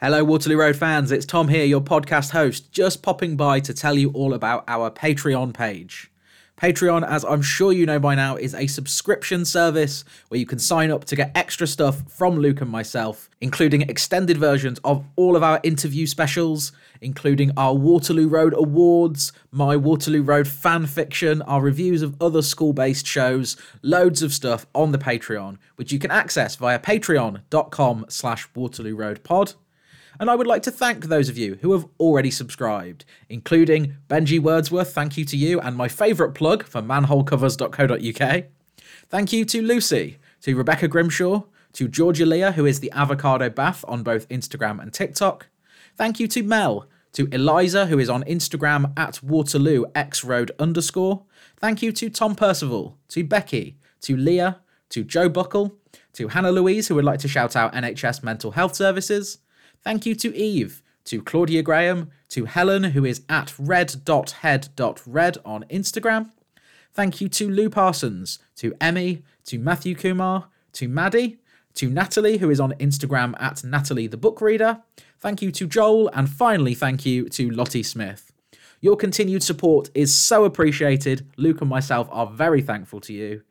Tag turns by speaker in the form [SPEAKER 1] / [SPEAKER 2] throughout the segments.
[SPEAKER 1] Hello, Waterloo Road fans. It's Tom here, your podcast host, just popping by to tell you all about our Patreon page. Patreon, as I'm sure you know by now, is a subscription service where you can sign up to get extra stuff from Luke and myself, including extended versions of all of our interview specials, including our Waterloo Road Awards, my Waterloo Road fan fiction, our reviews of other school based shows, loads of stuff on the Patreon, which you can access via patreon.com slash Waterloo Road Pod. And I would like to thank those of you who have already subscribed, including Benji Wordsworth, thank you to you, and my favourite plug for manholecovers.co.uk. Thank you to Lucy, to Rebecca Grimshaw, to Georgia Leah, who is the avocado bath on both Instagram and TikTok. Thank you to Mel, to Eliza, who is on Instagram at Waterloo X Road underscore. Thank you to Tom Percival, to Becky, to Leah, to Joe Buckle, to Hannah Louise, who would like to shout out NHS Mental Health Services. Thank you to Eve, to Claudia Graham, to Helen, who is at red.head.red on Instagram. Thank you to Lou Parsons, to Emmy, to Matthew Kumar, to Maddie, to Natalie, who is on Instagram at Natalie the Book Reader. Thank you to Joel, and finally, thank you to Lottie Smith. Your continued support is so appreciated. Luke and myself are very thankful to you.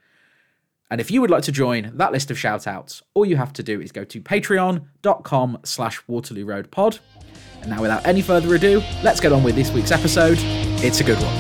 [SPEAKER 1] And if you would like to join that list of shout-outs, all you have to do is go to patreon.com slash Waterloo Road Pod. And now without any further ado, let's get on with this week's episode. It's a good one.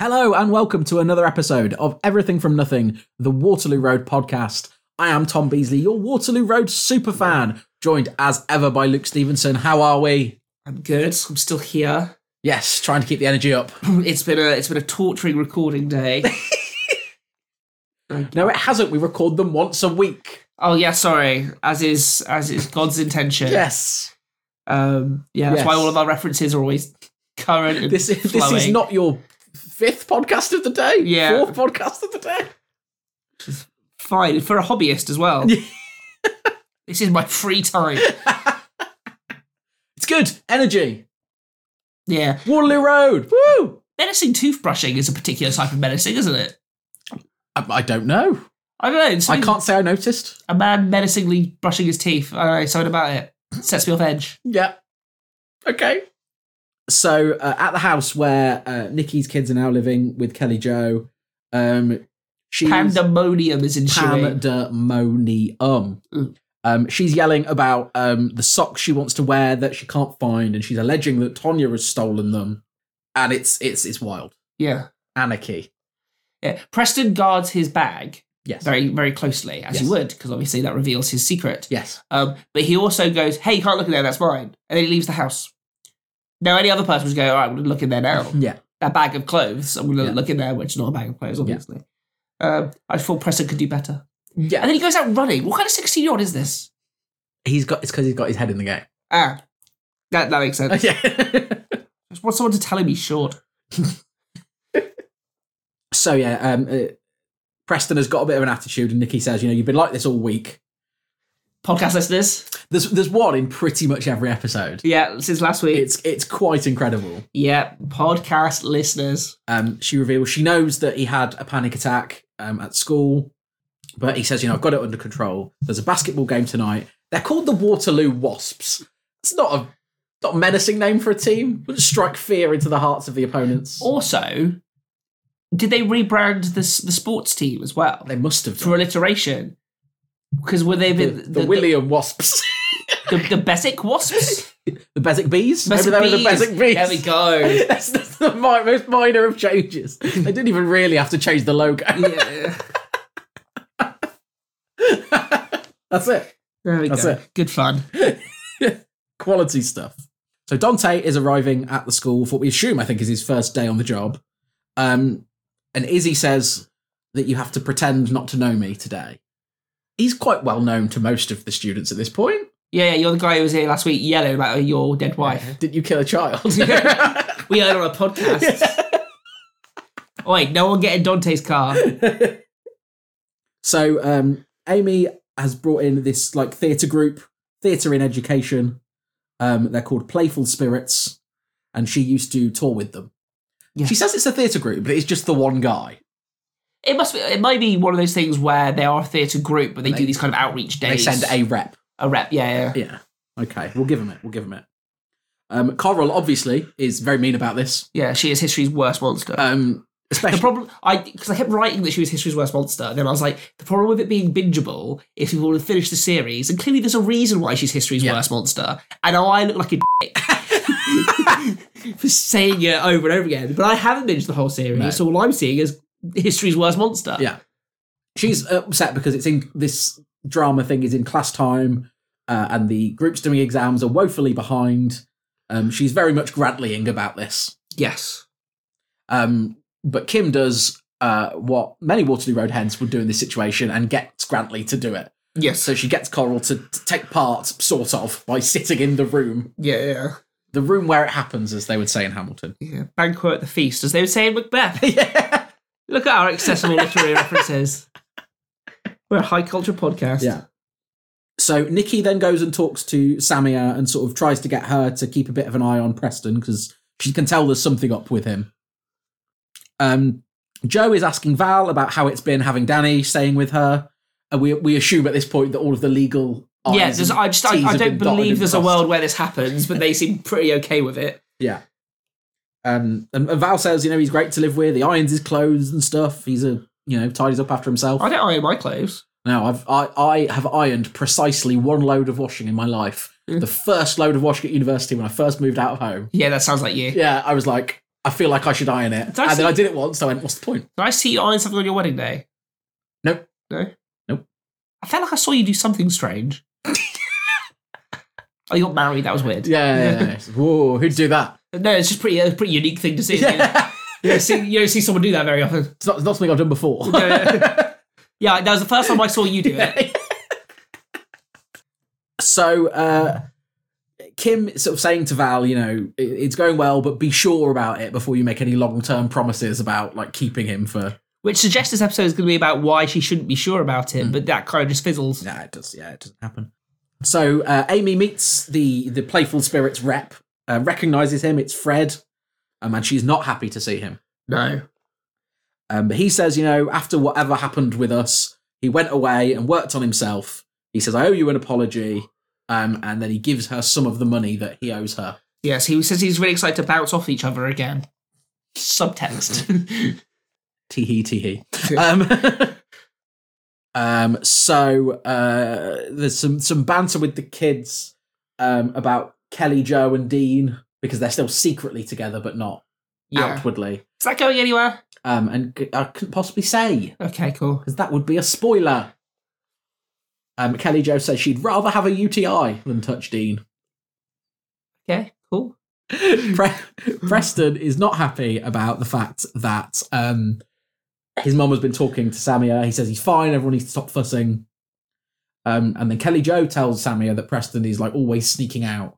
[SPEAKER 1] Hello and welcome to another episode of Everything from Nothing, the Waterloo Road podcast. I am Tom Beasley, your Waterloo Road superfan, joined as ever by Luke Stevenson. How are we?
[SPEAKER 2] I'm good. I'm still here.
[SPEAKER 1] Yes, trying to keep the energy up.
[SPEAKER 2] It's been a it's been a torturing recording day.
[SPEAKER 1] No, it hasn't. We record them once a week.
[SPEAKER 2] oh yeah, sorry. As is as is God's intention.
[SPEAKER 1] Yes.
[SPEAKER 2] Um. Yeah. That's
[SPEAKER 1] Yes.
[SPEAKER 2] why all of our references are always current. And
[SPEAKER 1] This is this is
[SPEAKER 2] flowing.
[SPEAKER 1] not your fifth podcast of the day.
[SPEAKER 2] Yeah.
[SPEAKER 1] Fourth podcast of the day.
[SPEAKER 2] fine for a hobbyist as well. this is my free time.
[SPEAKER 1] It's good. Energy.
[SPEAKER 2] Yeah.
[SPEAKER 1] Waterloo Road. Woo!
[SPEAKER 2] Menacing toothbrushing is a particular type of menacing, isn't it?
[SPEAKER 1] I, I don't know.
[SPEAKER 2] I don't know. It's
[SPEAKER 1] I can't say I noticed.
[SPEAKER 2] A man menacingly brushing his teeth. I don't know. Something about it sets me off edge.
[SPEAKER 1] Yeah. Okay. So uh, at the house where uh, Nikki's kids are now living with Kelly Joe, um, she's
[SPEAKER 2] Pandemonium is ensuing.
[SPEAKER 1] pandemonium.
[SPEAKER 2] Mm.
[SPEAKER 1] Um, she's yelling about um, the socks she wants to wear that she can't find, and she's alleging that Tonya has stolen them. And it's it's it's wild
[SPEAKER 2] yeah.
[SPEAKER 1] anarchy.
[SPEAKER 2] Yeah. Preston guards his bag.
[SPEAKER 1] Yes.
[SPEAKER 2] very very closely as
[SPEAKER 1] Yes.
[SPEAKER 2] you would because obviously that reveals his secret
[SPEAKER 1] Yes.
[SPEAKER 2] um, but he also goes hey you can't look in there that's mine and then he leves the house now any other person would go all right I'm going to look in there now
[SPEAKER 1] Yeah.
[SPEAKER 2] that bag of clothes I'm going to
[SPEAKER 1] Yeah.
[SPEAKER 2] look in there which is not a bag of clothes obviously um, I thought Preston could do better
[SPEAKER 1] Yeah.
[SPEAKER 2] and then he goes out running what kind of 16 year old is this
[SPEAKER 1] He's got it's because he's got his head in the game.
[SPEAKER 2] ah that, that makes sense
[SPEAKER 1] Yeah.
[SPEAKER 2] I just want someone to tell him he's short
[SPEAKER 1] so yeah, um, uh, Preston has got a bit of an attitude, and Nikki says, you know, you've been like this all week.
[SPEAKER 2] podcast listeners
[SPEAKER 1] There's there's one in pretty much every episode.
[SPEAKER 2] yeah since last week
[SPEAKER 1] It's it's quite incredible.
[SPEAKER 2] yeah podcast listeners
[SPEAKER 1] um, she reveals she knows that he had a panic attack um, at school, but he says, you know, I've got it under control. There's a basketball game tonight. They're called the Waterloo Wasps. It's not a not a menacing name for a team. Wouldn't strike fear into the hearts of the opponents.
[SPEAKER 2] also did they rebrand this the sports team as well
[SPEAKER 1] they must have done.
[SPEAKER 2] for alliteration. Because were they
[SPEAKER 1] The,
[SPEAKER 2] the
[SPEAKER 1] the,
[SPEAKER 2] the,
[SPEAKER 1] William Wasps,
[SPEAKER 2] the, the Beswick Wasps?
[SPEAKER 1] the Beswick Bees. Maybe
[SPEAKER 2] Beswick
[SPEAKER 1] they were the
[SPEAKER 2] Bees.
[SPEAKER 1] Beswick Bees.
[SPEAKER 2] There we go.
[SPEAKER 1] that's, that's the mi- most minor of changes. They didn't even really have to change the logo.
[SPEAKER 2] yeah.
[SPEAKER 1] That's it.
[SPEAKER 2] There we
[SPEAKER 1] That's
[SPEAKER 2] go.
[SPEAKER 1] it.
[SPEAKER 2] Good fun.
[SPEAKER 1] quality stuff. So Dante is arriving at the school for what we assume, I think, is his first day on the job. Um, and Izzy says that you have to pretend not to know me today. He's quite well known to most of the students at this point.
[SPEAKER 2] Yeah, yeah, you're the guy who was here last week yelling about your dead wife.
[SPEAKER 1] Did you kill a child?
[SPEAKER 2] We heard on a podcast. Oh, Wait, no one getting Dante's car.
[SPEAKER 1] so um, Amy has brought in this like theatre group, theatre in education. Um, they're called Playful Spirits, and she used to tour with them.
[SPEAKER 2] Yeah.
[SPEAKER 1] She says it's a theatre group, but it's just the one guy.
[SPEAKER 2] It must be. It might be one of those things where they are a theatre group, but they,
[SPEAKER 1] They-
[SPEAKER 2] do these kind of outreach
[SPEAKER 1] They
[SPEAKER 2] days.
[SPEAKER 1] send a rep.
[SPEAKER 2] a rep. Yeah, yeah.
[SPEAKER 1] Yeah. Okay. We'll give him it. We'll give him it. Um, Coral obviously is very mean about this.
[SPEAKER 2] yeah she is history's worst monster.
[SPEAKER 1] Um,
[SPEAKER 2] the
[SPEAKER 1] especially
[SPEAKER 2] problem, I because I kept writing that she was history's worst monster. and Then I was like, the problem with it being bingeable is people would have finished the series, and clearly there's a reason why she's history's
[SPEAKER 1] Yeah.
[SPEAKER 2] worst monster. And now I look like a dick for saying it over and over again. But I haven't binged the whole series,
[SPEAKER 1] No.
[SPEAKER 2] so all I'm seeing is history's worst monster.
[SPEAKER 1] Yeah. she's upset because it's in this drama thing is in class time, uh, and the groups doing exams are woefully behind. Um, she's very much Grantleying about this.
[SPEAKER 2] Yes.
[SPEAKER 1] Um, but Kim does uh, what many Waterloo Road hens would do in this situation and gets Grantley to do it.
[SPEAKER 2] Yes.
[SPEAKER 1] So she gets Coral to, to take part, sort of, by sitting in the room,
[SPEAKER 2] Yeah. Yeah.
[SPEAKER 1] the room where it happens, as they would say in Hamilton.
[SPEAKER 2] yeah. Banquo at the feast, as they would say in Macbeth.
[SPEAKER 1] yeah.
[SPEAKER 2] Look at our accessible literary references. We're a high culture podcast.
[SPEAKER 1] Yeah. So Nikki then goes and talks to Samia and sort of tries to get her to keep a bit of an eye on Preston because she can tell there's something up with him. Um, Joe is asking Val about how it's been having Danny staying with her, and we we assume at this point that all of the legal I's
[SPEAKER 2] Yeah, there's,
[SPEAKER 1] and
[SPEAKER 2] I just I,
[SPEAKER 1] T's
[SPEAKER 2] I
[SPEAKER 1] have
[SPEAKER 2] don't
[SPEAKER 1] been dotted
[SPEAKER 2] believe
[SPEAKER 1] and
[SPEAKER 2] there's a
[SPEAKER 1] crossed.
[SPEAKER 2] world where this happens, but they seem pretty okay with it.
[SPEAKER 1] Um, and, and Val says, you know, he's great to live with. He irons his clothes and stuff. He's a you know tidies up after himself.
[SPEAKER 2] I don't iron my clothes.
[SPEAKER 1] Now I've I, I have ironed precisely one load of washing in my life.
[SPEAKER 2] Mm.
[SPEAKER 1] The first load of washing at university when I first moved out of home.
[SPEAKER 2] Yeah, that sounds like you.
[SPEAKER 1] Yeah, I was like, I feel like I should iron it.
[SPEAKER 2] It's
[SPEAKER 1] and
[SPEAKER 2] actually-
[SPEAKER 1] then I did it once, so I went, what's the point?
[SPEAKER 2] Did I see you iron something on your wedding day?
[SPEAKER 1] Nope.
[SPEAKER 2] No.
[SPEAKER 1] Nope.
[SPEAKER 2] I felt like I saw you do something strange. oh, you got married. That was weird.
[SPEAKER 1] Yeah, yeah, yeah. Whoa, who'd do that?
[SPEAKER 2] No, it's just pretty a pretty unique thing to see. isn't it? You, don't see you don't see someone do that very often.
[SPEAKER 1] It's not, it's not something I've done before.
[SPEAKER 2] Yeah. Yeah, that was the first time I saw you do it.
[SPEAKER 1] so uh, Kim sort of saying to Val, you know, "It- it's going well, but be sure about it before you make any long term promises about like keeping him for.
[SPEAKER 2] Which suggests this episode is going to be about why she shouldn't be sure about
[SPEAKER 1] Mm.
[SPEAKER 2] it, but that kind of just fizzles.
[SPEAKER 1] Nah, it does. Yeah, it doesn't happen. So uh, Amy meets the the playful spirits rep, uh, recognizes him. It's Fred, um, and she's not happy to see him.
[SPEAKER 2] No.
[SPEAKER 1] Um, but he says, you know, after whatever happened with us, he went away and worked on himself. He says, I owe you an apology. Um, and then he gives her some of the money that he owes her.
[SPEAKER 2] Yes, he says he's really excited to bounce off each other again. Subtext.
[SPEAKER 1] Tee hee, tee hee. E Um, um, so uh, there's some, some banter with the kids um, about Kelly, Joe, and Dean because they're still secretly together, but not
[SPEAKER 2] yeah.
[SPEAKER 1] outwardly.
[SPEAKER 2] Is that going anywhere?
[SPEAKER 1] Um, and c- I couldn't possibly say.
[SPEAKER 2] Okay, cool.
[SPEAKER 1] because that would be a spoiler. Um, Kelly Joe says she'd rather have a UTI than touch Dean.
[SPEAKER 2] Okay, cool.
[SPEAKER 1] Pre- Preston is not happy about the fact that um, his mum has been talking to Samia. He says he's fine, everyone needs to stop fussing. Um, and then Kelly Joe tells Samia that Preston is like always sneaking out.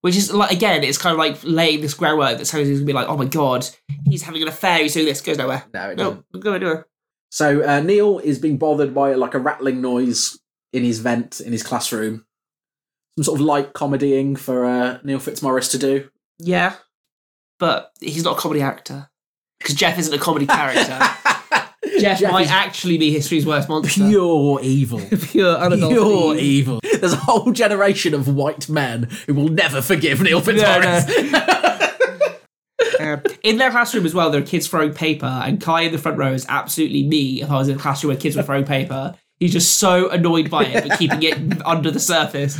[SPEAKER 2] Which is like again, it's kind of like laying this groundwork that someone's gonna be like, oh my god, he's having an affair, he's doing this, goes nowhere.
[SPEAKER 1] No, it
[SPEAKER 2] No, go nowhere.
[SPEAKER 1] So uh, Neil is being bothered by like a rattling noise in his vent in his classroom. Some sort of light comedying for uh, Neil Fitzmaurice to do.
[SPEAKER 2] Yeah, but he's not a comedy actor because Jeff isn't a comedy character. Jeff,
[SPEAKER 1] Jeff
[SPEAKER 2] might
[SPEAKER 1] is
[SPEAKER 2] actually be history's worst monster.
[SPEAKER 1] pure evil.
[SPEAKER 2] pure unadulterated
[SPEAKER 1] Pure
[SPEAKER 2] evil.
[SPEAKER 1] evil. There's a whole generation of white men who will never forgive Neil Fitzmaurice.
[SPEAKER 2] Um, in their classroom as well, there are kids throwing paper, and Kai in the front row is absolutely me if I was in a classroom where kids were throwing paper. He's just so annoyed by it, but keeping it under the surface.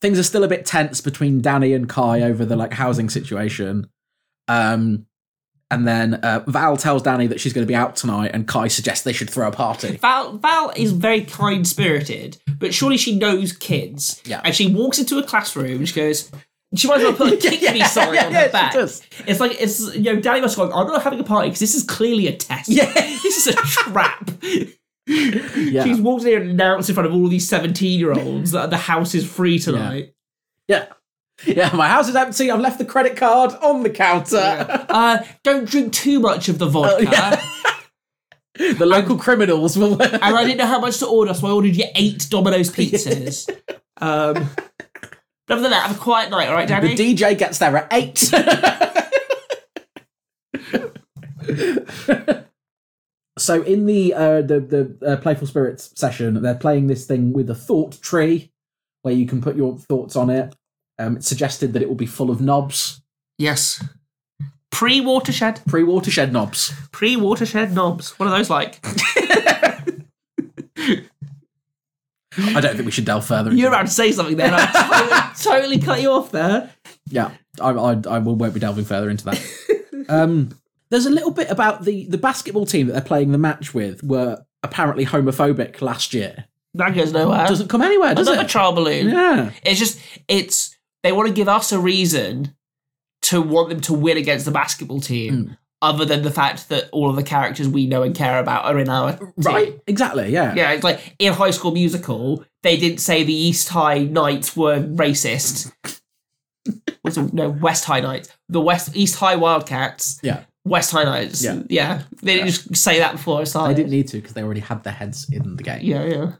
[SPEAKER 1] Things are still a bit tense between Danny and Kai over the like housing situation. Um and then uh, Val tells Danny that she's going to be out tonight, and Kai suggests they should throw a party.
[SPEAKER 2] Val, Val is very kind spirited, but surely she knows kids.
[SPEAKER 1] Yeah.
[SPEAKER 2] And she walks into a classroom and she goes, she might as well put a kick me sign on
[SPEAKER 1] yeah,
[SPEAKER 2] her back.
[SPEAKER 1] She does.
[SPEAKER 2] It's like, it's, you know, Danny must have gone, I'm not having a party because this is clearly a test.
[SPEAKER 1] Yeah.
[SPEAKER 2] This is a trap.
[SPEAKER 1] Yeah.
[SPEAKER 2] She's walked in here and announced in front of all these 17 year olds that the house is free tonight.
[SPEAKER 1] yeah. Yeah, my house is empty. I've left the credit card on the counter.
[SPEAKER 2] Uh, don't drink too much of the vodka.
[SPEAKER 1] Oh, yeah. the local criminals will.
[SPEAKER 2] and I didn't know how much to order, so I ordered you eight Domino's pizzas. um, But other than that, have a quiet night, all right, Daddy?
[SPEAKER 1] The DJ gets there at eight. so in the uh, the the uh, playful spirits session, they're playing this thing with a thought tree, where you can put your thoughts on it. Um, it's suggested that it will be full of knobs,
[SPEAKER 2] yes. Pre watershed,
[SPEAKER 1] pre watershed knobs.
[SPEAKER 2] pre watershed knobs. What are those like?
[SPEAKER 1] I don't think we should delve further. Into
[SPEAKER 2] You're
[SPEAKER 1] that.
[SPEAKER 2] about to say something there. and I totally, totally cut you off there.
[SPEAKER 1] Yeah, I, I, I will- won't be delving further into that. um, there's a little bit about the the basketball team that they're playing the match with were apparently homophobic last year.
[SPEAKER 2] That goes nowhere.
[SPEAKER 1] Doesn't come anywhere, does
[SPEAKER 2] Another
[SPEAKER 1] it?
[SPEAKER 2] trial balloon.
[SPEAKER 1] yeah,
[SPEAKER 2] It's just it's they want to give us a reason to want them to win against the basketball team,
[SPEAKER 1] Hmm.
[SPEAKER 2] other than the fact that all of the characters we know and care about are in our team.
[SPEAKER 1] right, exactly. Yeah.
[SPEAKER 2] Yeah, it's like in High School Musical, they didn't say the East High Knights were racist. Was it- no, West High Knights. The West East High Wildcats.
[SPEAKER 1] Yeah.
[SPEAKER 2] West High Knights.
[SPEAKER 1] Yeah.
[SPEAKER 2] They didn't just say that before it
[SPEAKER 1] They
[SPEAKER 2] started.
[SPEAKER 1] didn't need to because they already had their heads in the game.
[SPEAKER 2] Yeah, yeah.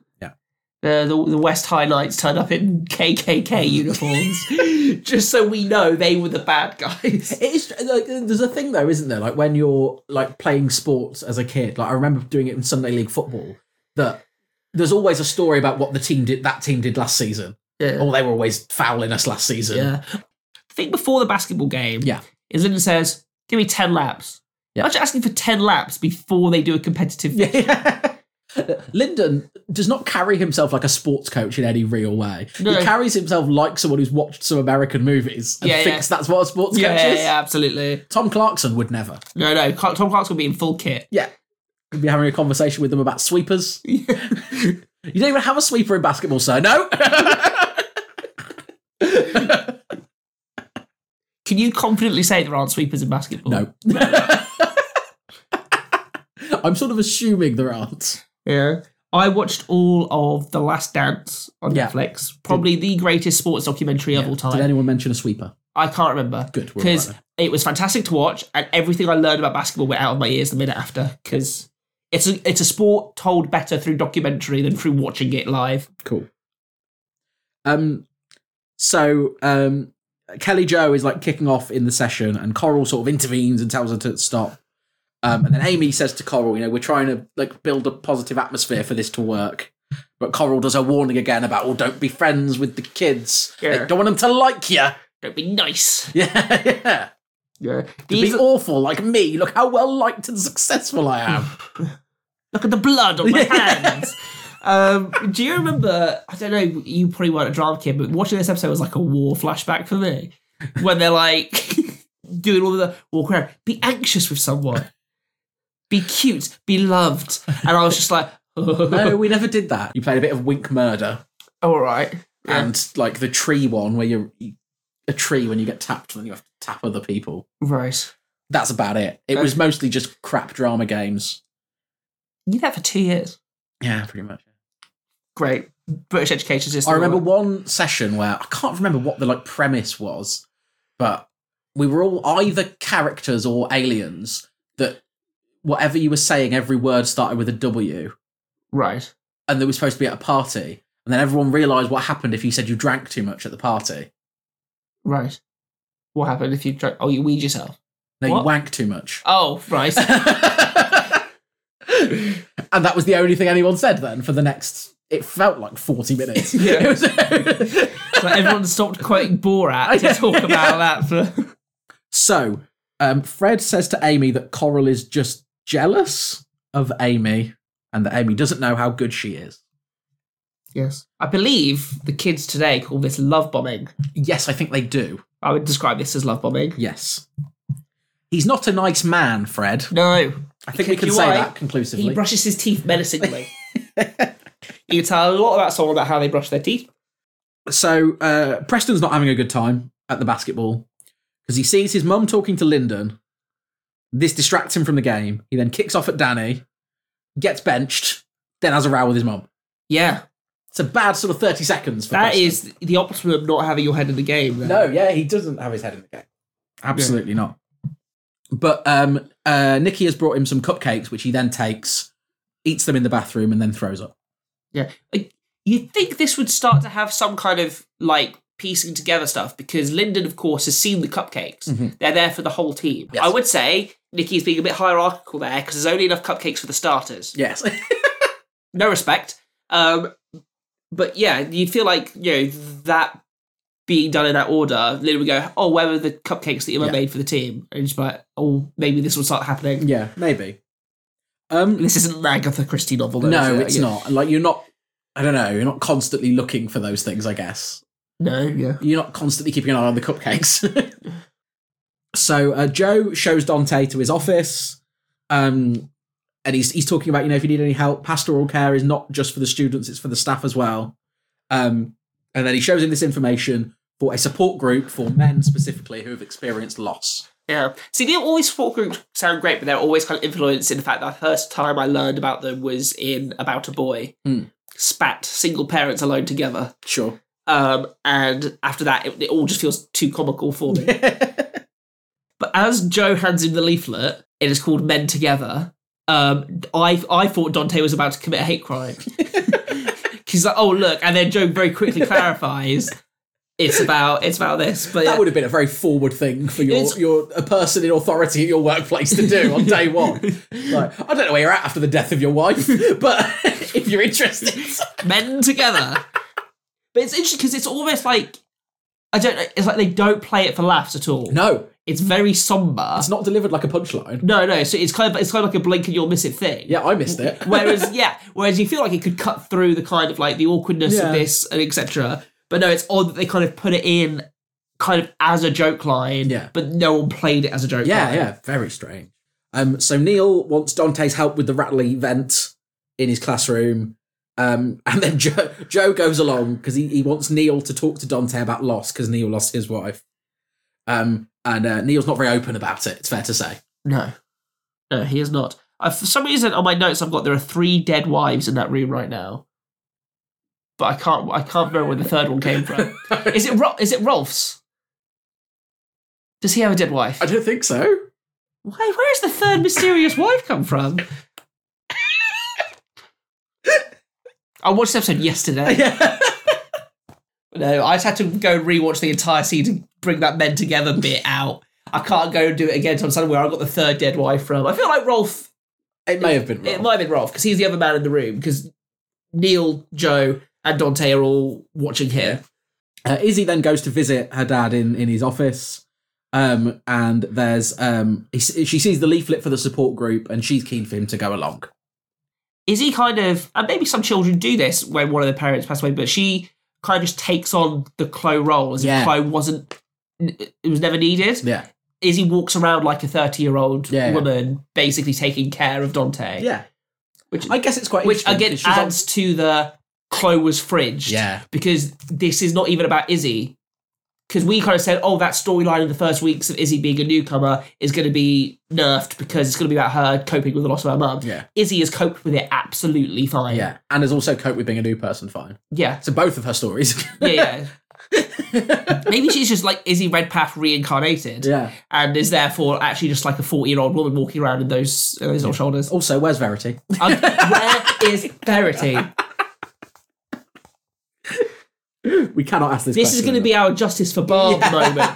[SPEAKER 1] Yeah.
[SPEAKER 2] The, the, the West High Knights turned up in KKK uniforms just so we know they were the bad guys.
[SPEAKER 1] It is like there's a thing though, isn't there? Like when you're like playing sports as a kid. Like I remember doing it in Sunday League football. That there's always a story about what the team did that team did last season.
[SPEAKER 2] Yeah.
[SPEAKER 1] Oh, they were always fouling us last season.
[SPEAKER 2] yeah. I think before the basketball game,
[SPEAKER 1] Yeah.
[SPEAKER 2] is Lyndon says, give me 10 laps.
[SPEAKER 1] Yeah.
[SPEAKER 2] I'm actually asking for 10 laps before they do a competitive
[SPEAKER 1] Yeah. Lyndon does not carry himself like a sports coach in any real way.
[SPEAKER 2] No.
[SPEAKER 1] He carries himself like someone who's watched some American movies and
[SPEAKER 2] Yeah, yeah.
[SPEAKER 1] thinks that's what a sports
[SPEAKER 2] Yeah,
[SPEAKER 1] coach
[SPEAKER 2] yeah,
[SPEAKER 1] is.
[SPEAKER 2] yeah, absolutely.
[SPEAKER 1] Tom Clarkson would never.
[SPEAKER 2] No, no, Clark- Tom Clark's gonna be in full kit.
[SPEAKER 1] Yeah. He'd be having a conversation with them about sweepers. you don't even have a sweeper in basketball, sir. No.
[SPEAKER 2] Can you confidently say there aren't sweepers in basketball?
[SPEAKER 1] no. I'm sort of assuming there aren't.
[SPEAKER 2] Yeah. I watched all of The Last Dance on
[SPEAKER 1] Yeah.
[SPEAKER 2] Netflix. Probably the greatest sports documentary of all time.
[SPEAKER 1] Did anyone mention a sweeper?
[SPEAKER 2] I can't remember.
[SPEAKER 1] Good, we're all
[SPEAKER 2] Because
[SPEAKER 1] right
[SPEAKER 2] it was fantastic to watch, and everything I learned about basketball went out of my ears the minute after. Because it's a, it's a sport told better through documentary than through watching it live.
[SPEAKER 1] Cool. Um, so um, Kelly Joe is like kicking off in the session, and Coral sort of intervenes and tells her to stop. Um, and then Amy says to Coral, "You know, we're trying to like build a positive atmosphere for this to work." But Coral does her warning again about, "Oh, don't be friends with the kids. They
[SPEAKER 2] Yeah.
[SPEAKER 1] don't want them to like you.
[SPEAKER 2] Don't be nice.
[SPEAKER 1] Yeah, yeah.
[SPEAKER 2] Yeah.
[SPEAKER 1] To
[SPEAKER 2] These,
[SPEAKER 1] be awful like me. Look how well liked and successful I am."
[SPEAKER 2] look at the blood on my
[SPEAKER 1] Yeah.
[SPEAKER 2] hands. Um, do you remember? I don't know. You probably weren't a drama kid, but watching this episode was like a war flashback for me. When they're like doing all the walk around, be anxious with someone, be cute, be loved, and I was just like,
[SPEAKER 1] no, we never did that. You played a bit of Wink Murder.
[SPEAKER 2] all right. Yeah.
[SPEAKER 1] and like the tree one where you're a tree when you get tapped and then you have to tap other people.
[SPEAKER 2] Right.
[SPEAKER 1] That's about it. It was mostly just crap drama games.
[SPEAKER 2] You did that for two years.
[SPEAKER 1] Yeah, pretty much.
[SPEAKER 2] Great. British education system.
[SPEAKER 1] I remember one session where I can't remember what the like premise was, but we were all either characters or aliens that whatever you were saying, every word started with a W,
[SPEAKER 2] Right.
[SPEAKER 1] and they were supposed to be at a party. And then everyone realised what happened if you said you drank too much at the party.
[SPEAKER 2] Right. What happened if you drank? Oh, you weed yourself.
[SPEAKER 1] No, you
[SPEAKER 2] What?
[SPEAKER 1] wank too much.
[SPEAKER 2] Oh, right.
[SPEAKER 1] and that was the only thing anyone said then for the next it felt like 40 minutes
[SPEAKER 2] Yeah.
[SPEAKER 1] It was-
[SPEAKER 2] Like, everyone stopped quoting Borat to talk about that for.
[SPEAKER 1] so um, fred says to amy that coral is just jealous of amy and that amy doesn't know how good she is
[SPEAKER 2] Yes. I believe the kids today call this love bombing.
[SPEAKER 1] yes i think they do
[SPEAKER 2] I would describe this as love bombing.
[SPEAKER 1] yes he's not a nice man fred
[SPEAKER 2] No.
[SPEAKER 1] i think we can say that conclusively
[SPEAKER 2] He brushes his teeth menacingly. you can tell a lot about someone about how they brush their teeth.
[SPEAKER 1] so uh, Preston's not having a good time at the basketball because he sees his mum talking to Lyndon. This distracts him from the game. He then kicks off at Danny, gets benched, then has a row with his mum.
[SPEAKER 2] Yeah.
[SPEAKER 1] It's a bad sort of thirty seconds. For
[SPEAKER 2] That
[SPEAKER 1] Preston.
[SPEAKER 2] is the optimum of not having your head in the game. there.
[SPEAKER 1] no, yeah, he doesn't have his head in the game. Absolutely not. But um, uh, Nikki has brought him some cupcakes, which he then takes, eats them in the bathroom, and then throws up.
[SPEAKER 2] Yeah. Like, You'd think this would start to have some kind of like piecing together stuff because Lyndon, of course, has seen the cupcakes. They're there for the whole team. I would say Nikki's being a bit hierarchical there because there's only enough cupcakes for the starters.
[SPEAKER 1] Yes.
[SPEAKER 2] No respect. Um, but yeah, you'd feel like, you know, that being done in that order, Lyndon would go, oh, where were the cupcakes that you
[SPEAKER 1] Yeah.
[SPEAKER 2] made for the team? And just be like, oh, maybe this will start happening.
[SPEAKER 1] yeah, maybe. Um,
[SPEAKER 2] This isn't an Agatha Christie novel, though.
[SPEAKER 1] no,
[SPEAKER 2] is it?
[SPEAKER 1] it's
[SPEAKER 2] Yeah.
[SPEAKER 1] not. Like you're not. I don't know. You're not constantly looking for those things. I guess
[SPEAKER 2] No, yeah.
[SPEAKER 1] you're not constantly keeping an eye on the cupcakes. so uh, Joe shows Dante to his office, um, and he's he's talking about you know if you need any help, pastoral care is not just for the students; it's for the staff as well. Um, and then he shows him this information for a support group for men specifically who have experienced loss.
[SPEAKER 2] Yeah. See, they always support groups sound great, but they're always kind of influenced in the fact that the first time I learned about them was in About a Boy.
[SPEAKER 1] Hmm.
[SPEAKER 2] Spat, single parents alone together.
[SPEAKER 1] Sure.
[SPEAKER 2] Um, and after that, it, it all just feels too comical for me. but as Joe hands him the leaflet, it is called Men Together. Um, I I thought Dante was about to commit a hate crime. He's like, oh look, and then Joe very quickly clarifies, it's about it's about this. But yeah.
[SPEAKER 1] That would have been a very forward thing for your,
[SPEAKER 2] It's-
[SPEAKER 1] your a person in authority at your workplace to do on day one. Like, I don't know where you're at after the death of your wife, but if you're interested,
[SPEAKER 2] men together. but it's interesting because it's almost like I don't know. It's like they don't play it for laughs at all.
[SPEAKER 1] no,
[SPEAKER 2] it's very somber.
[SPEAKER 1] it's not delivered like a punchline.
[SPEAKER 2] no, no. So it's kind of it's kind of like a blink and you'll miss it thing.
[SPEAKER 1] Yeah, I missed it.
[SPEAKER 2] whereas yeah, whereas you feel like it could cut through the kind of like the awkwardness
[SPEAKER 1] Yeah.
[SPEAKER 2] of this and etc. But no, it's odd that they kind of put it in kind of as a joke line.
[SPEAKER 1] Yeah.
[SPEAKER 2] But no one played it as a joke
[SPEAKER 1] Yeah,
[SPEAKER 2] line.
[SPEAKER 1] yeah, very strange. Um, so Neil wants Dante's help with the rattly vent in his classroom. Um, and then Joe, Joe goes along because he, he wants Neil to talk to Dante about loss because Neil lost his wife. Um, and uh, Neil's not very open about it, it's fair to say.
[SPEAKER 2] No. No, he is not. Uh, for some reason, on my notes, I've got there are three dead wives in that room right now. But I can't. I can't remember where the third one came from. is it? Ro- is it Rolf's? Does he have a dead wife?
[SPEAKER 1] I don't think so.
[SPEAKER 2] Why? Where has the third mysterious wife come from? I watched the episode yesterday.
[SPEAKER 1] Yeah.
[SPEAKER 2] No, I just had to go and rewatch the entire season to bring that men together bit out. I can't go and do it again. So I'm suddenly where I got the third dead wife from. I feel like Rolf
[SPEAKER 1] It may have been
[SPEAKER 2] It
[SPEAKER 1] wrong.
[SPEAKER 2] might have been Rolf because he's the other man in the room because Neil, Joe, and Dante are all watching him.
[SPEAKER 1] Uh, Izzy then goes to visit her dad in, in his office. Um, and there's um, he, s- she sees the leaflet for the support group, and she's keen for him to go along.
[SPEAKER 2] Is he kind of, and maybe some children do this when one of their parents passed away, but she kind of just takes on the Chloe role as
[SPEAKER 1] Yeah.
[SPEAKER 2] if Chloe wasn't, it was never needed.
[SPEAKER 1] Yeah,
[SPEAKER 2] Izzy walks around like a 30 year old
[SPEAKER 1] Yeah, yeah.
[SPEAKER 2] woman, basically taking care of Dante.
[SPEAKER 1] yeah.
[SPEAKER 2] Which,
[SPEAKER 1] I guess it's quite
[SPEAKER 2] which
[SPEAKER 1] interesting,
[SPEAKER 2] again
[SPEAKER 1] 'cause she's on-
[SPEAKER 2] adds to the Chloe was fringed.
[SPEAKER 1] Yeah.
[SPEAKER 2] because this is not even about Izzy. Because we kind of said, oh, that storyline in the first weeks of Izzy being a newcomer is going to be nerfed because it's going to be about her coping with the loss of her mum.
[SPEAKER 1] Yeah.
[SPEAKER 2] Izzy has coped with it absolutely fine.
[SPEAKER 1] Yeah. And has also coped with being a new person fine.
[SPEAKER 2] Yeah.
[SPEAKER 1] So both of her stories.
[SPEAKER 2] Yeah. yeah. Maybe she's just like Izzy Redpath reincarnated
[SPEAKER 1] yeah.
[SPEAKER 2] and is therefore actually just like a 40 year old woman walking around in those, in those little shoulders.
[SPEAKER 1] Also, where's Verity?
[SPEAKER 2] Um, where is Verity?
[SPEAKER 1] We cannot ask this
[SPEAKER 2] This is going to
[SPEAKER 1] to
[SPEAKER 2] be our justice for Barb moment.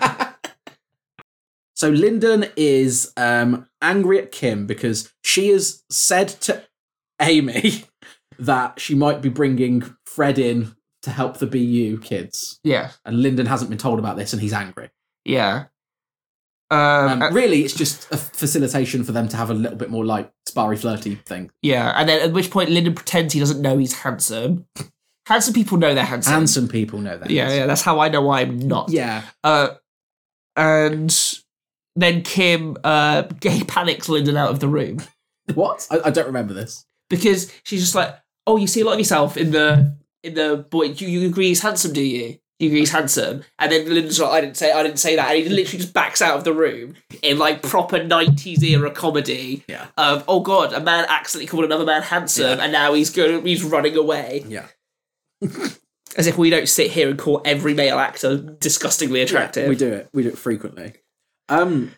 [SPEAKER 1] So Lyndon is um, angry at Kim because she has said to Amy that she might be bringing Fred in to help the BU kids.
[SPEAKER 2] Yeah.
[SPEAKER 1] And Lyndon hasn't been told about this and he's angry.
[SPEAKER 2] Yeah. Um,
[SPEAKER 1] Um, really, it's just a facilitation for them to have a little bit more like sparry flirty thing.
[SPEAKER 2] Yeah, and then at which point Lyndon pretends he doesn't know he's handsome. handsome people know they're handsome.
[SPEAKER 1] Handsome people know that.
[SPEAKER 2] Um, Yeah, yeah, that's how I know I'm not.
[SPEAKER 1] Yeah.
[SPEAKER 2] Uh, and then Kim uh, gay panics Lyndon out of the room
[SPEAKER 1] What? I, I don't remember this.
[SPEAKER 2] because she's just like, "Oh, you see a lot of yourself in the in the boy. You, you agree he's handsome, do you? You agree he's handsome?" And then Lyndon's like, "I didn't say, I didn't say that," and he literally just backs out of the room in like proper '90s era comedy
[SPEAKER 1] Yeah.
[SPEAKER 2] of oh god, a man accidentally called another man handsome,
[SPEAKER 1] Yeah.
[SPEAKER 2] and now he's going, he's running away.
[SPEAKER 1] Yeah.
[SPEAKER 2] As if we don't sit here and call every male actor disgustingly attractive.
[SPEAKER 1] We do it. We do it frequently. Um,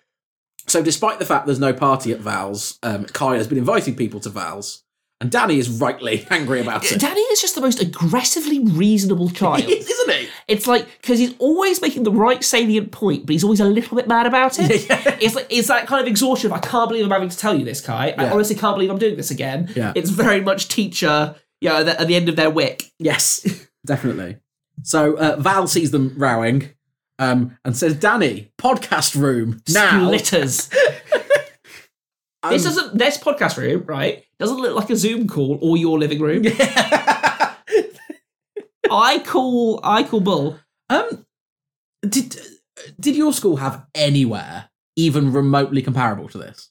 [SPEAKER 1] so despite the fact there's no party at Val's, um, Kai has been inviting people to Val's, And Danny is rightly angry about it.
[SPEAKER 2] Danny is just the most aggressively reasonable child.
[SPEAKER 1] Isn't he?
[SPEAKER 2] It's like because he's always making the right salient point, but he's always a little bit mad about it. It's like it's that kind of exhaustion. Of, I can't believe I'm having to tell you this, Kai. I
[SPEAKER 1] Yeah.
[SPEAKER 2] honestly can't believe I'm doing this again.
[SPEAKER 1] Yeah.
[SPEAKER 2] It's very much teacher. Yeah, at the- at the end of their wick.
[SPEAKER 1] Yes, definitely. So uh, Val sees them rowing um, and says, Danny, podcast room now.
[SPEAKER 2] Splitters.
[SPEAKER 1] Um,
[SPEAKER 2] this doesn't. This podcast room, right? Doesn't look like a Zoom call or your living room. I call. I call bull.
[SPEAKER 1] um, did, did your school have anywhere even remotely comparable to this?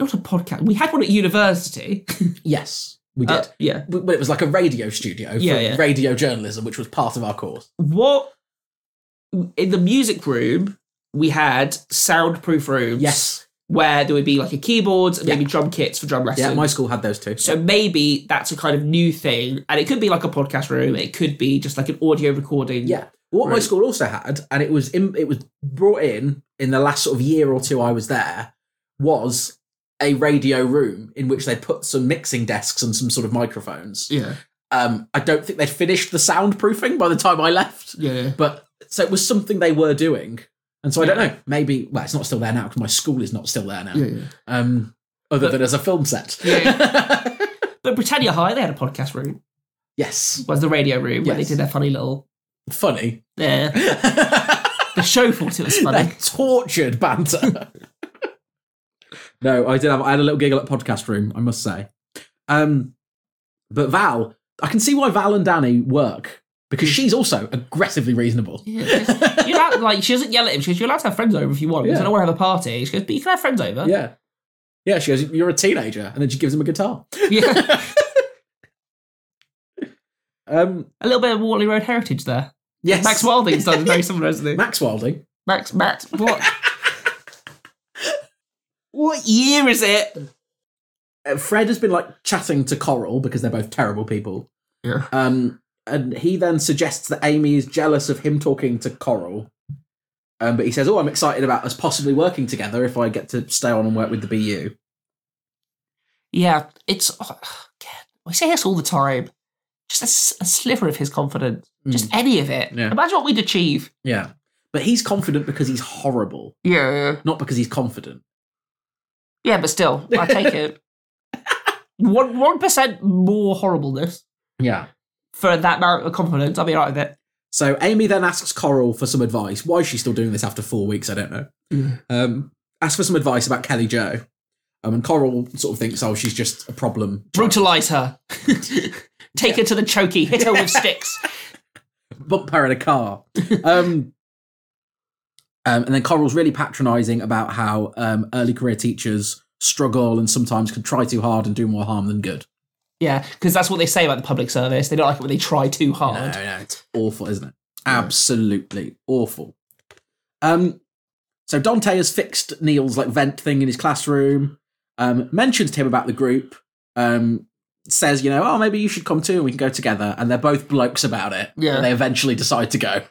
[SPEAKER 2] Not a podcast. We had one at university.
[SPEAKER 1] Yes, we did.
[SPEAKER 2] Uh, yeah.
[SPEAKER 1] but but it was like a radio studio for
[SPEAKER 2] Yeah, yeah.
[SPEAKER 1] radio journalism, which was part of our course.
[SPEAKER 2] What in the music room? We had soundproof rooms. where there would be like a keyboards and
[SPEAKER 1] Yeah.
[SPEAKER 2] maybe drum kits for drum lessons.
[SPEAKER 1] Yeah, my school had those too.
[SPEAKER 2] so maybe that's a kind of new thing, and it could be like a podcast room. It could be just like an audio recording.
[SPEAKER 1] Yeah. What my
[SPEAKER 2] Right.
[SPEAKER 1] school also had, and it was in, it was brought in in the last sort of year or two I was there, was a radio room in which they put some mixing desks and some sort of microphones.
[SPEAKER 2] yeah,
[SPEAKER 1] Um, I don't think they'd finished the soundproofing by the time I left,
[SPEAKER 2] yeah.
[SPEAKER 1] but so it was something they were doing. And so I don't know, maybe well, it's not still there now because my school is not still there now. Um, other
[SPEAKER 2] But-
[SPEAKER 1] than as a film set.
[SPEAKER 2] But Britannia High, they had a podcast room.
[SPEAKER 1] yes,
[SPEAKER 2] Was the radio room where they
[SPEAKER 1] Yes.
[SPEAKER 2] did their funny little
[SPEAKER 1] funny.
[SPEAKER 2] there. the show thought it was funny.
[SPEAKER 1] They're tortured banter. no, I did have I had a little giggle at podcast room, I must say. Um but Val, I can see why Val and Danny work because she's also aggressively reasonable.
[SPEAKER 2] Yeah, just- you're allowed, like she doesn't yell at him. She goes, "You're allowed to have friends over if you want." Because
[SPEAKER 1] Yeah.
[SPEAKER 2] I don't want to have a party. She goes, "But you can have friends over."
[SPEAKER 1] Yeah. Yeah, she goes, You're a teenager, and then she gives him a guitar.
[SPEAKER 2] Yeah.
[SPEAKER 1] Um
[SPEAKER 2] a little bit of Watley Road heritage there.
[SPEAKER 1] Yes.
[SPEAKER 2] Max Wilding's done very similar, hasn't he?
[SPEAKER 1] Max Wilding.
[SPEAKER 2] Max, Matt, what? what year is it?
[SPEAKER 1] Uh, Fred has been like chatting to Coral because they're both terrible people.
[SPEAKER 2] Yeah.
[SPEAKER 1] Um, and he then suggests that Amy is jealous of him talking to Coral. Um, but he says, "Oh, I'm excited about us possibly working together if I get to stay on and work with the BU."
[SPEAKER 2] Yeah, it's. Oh, God. We say this all the time. Just a s- a, sliver of his confidence, just any of it.
[SPEAKER 1] Yeah.
[SPEAKER 2] Imagine what we'd achieve.
[SPEAKER 1] Yeah, but he's confident because he's horrible,
[SPEAKER 2] Yeah,
[SPEAKER 1] not because he's confident.
[SPEAKER 2] yeah, but still, I take it. One one percent more horribleness
[SPEAKER 1] Yeah.
[SPEAKER 2] for that amount of confidence. I'll be right with it.
[SPEAKER 1] So Amy then asks Coral for some advice. Why is she still doing this after four weeks? I don't know.
[SPEAKER 2] Mm.
[SPEAKER 1] Um, asks for some advice about Kelly Joe. Um, and Coral sort of thinks, "Oh, she's just a problem
[SPEAKER 2] Brutalize her. take her to the chokey. Hit her with sticks.
[SPEAKER 1] bump her in a car. Um, um, and then Coral's really patronising about how um, early career teachers struggle and sometimes can try too hard and do more harm than good.
[SPEAKER 2] Yeah, because that's what they say about the public service. They don't like it when they try too hard.
[SPEAKER 1] No, no, it's awful, isn't it? Absolutely awful. Um, so Dante has fixed Neil's like vent thing in his classroom. Um, mentions to him about the group. Um, says, you know, oh, maybe you should come too, and we can go together. And they're both blokes about it.
[SPEAKER 2] Yeah.
[SPEAKER 1] And they eventually decide to go.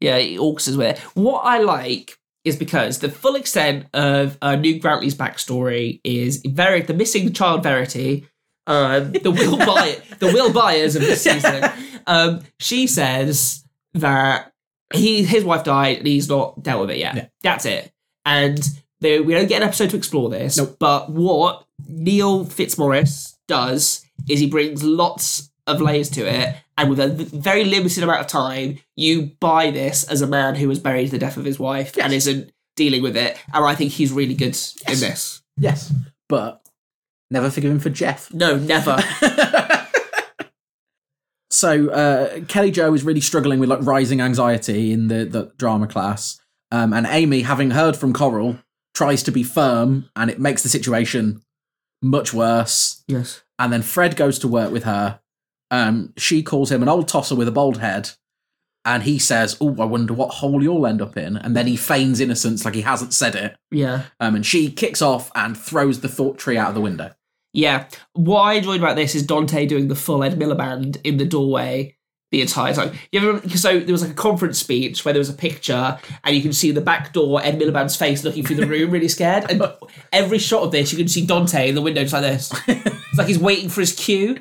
[SPEAKER 2] yeah, orcs is where. What I like is because the full extent of uh, New Grantley's backstory is Ver- the missing child Verity, um, the Will By the Will Byers of this season. Um, she says that he his wife died and he's not dealt with it yet.
[SPEAKER 1] Yeah.
[SPEAKER 2] That's it. And they, we don't get an episode to explore this.
[SPEAKER 1] Nope.
[SPEAKER 2] But what Neil Fitzmaurice does is he brings lots of layers to it, and with a very limited amount of time, you buy this as a man who was buried the death of his wife and isn't dealing with it. And I think he's really good in this.
[SPEAKER 1] Yes. But never forgive him for Jeff.
[SPEAKER 2] No, never.
[SPEAKER 1] so uh, Kelly Joe is really struggling with like rising anxiety in the, the drama class, um, and Amy, having heard from Coral, tries to be firm, and it makes the situation much worse.
[SPEAKER 2] yes.
[SPEAKER 1] And then Fred goes to work with her. Um, she calls him an old tosser with a bald head, and he says, "Oh, I wonder what hole you'll end up in." And then he feigns innocence, like he hasn't said it.
[SPEAKER 2] Yeah.
[SPEAKER 1] Um, and she kicks off and throws the thought tree out of the window.
[SPEAKER 2] Yeah. What I enjoyed about this is Dante doing the full Ed Miliband in the doorway, the entire time. You ever remember, so there was like a conference speech where there was a picture and you can see the back door Ed Miliband's face looking through the room, really scared. And every shot of this, you can see Dante in the window just like this. It's like he's waiting for his cue.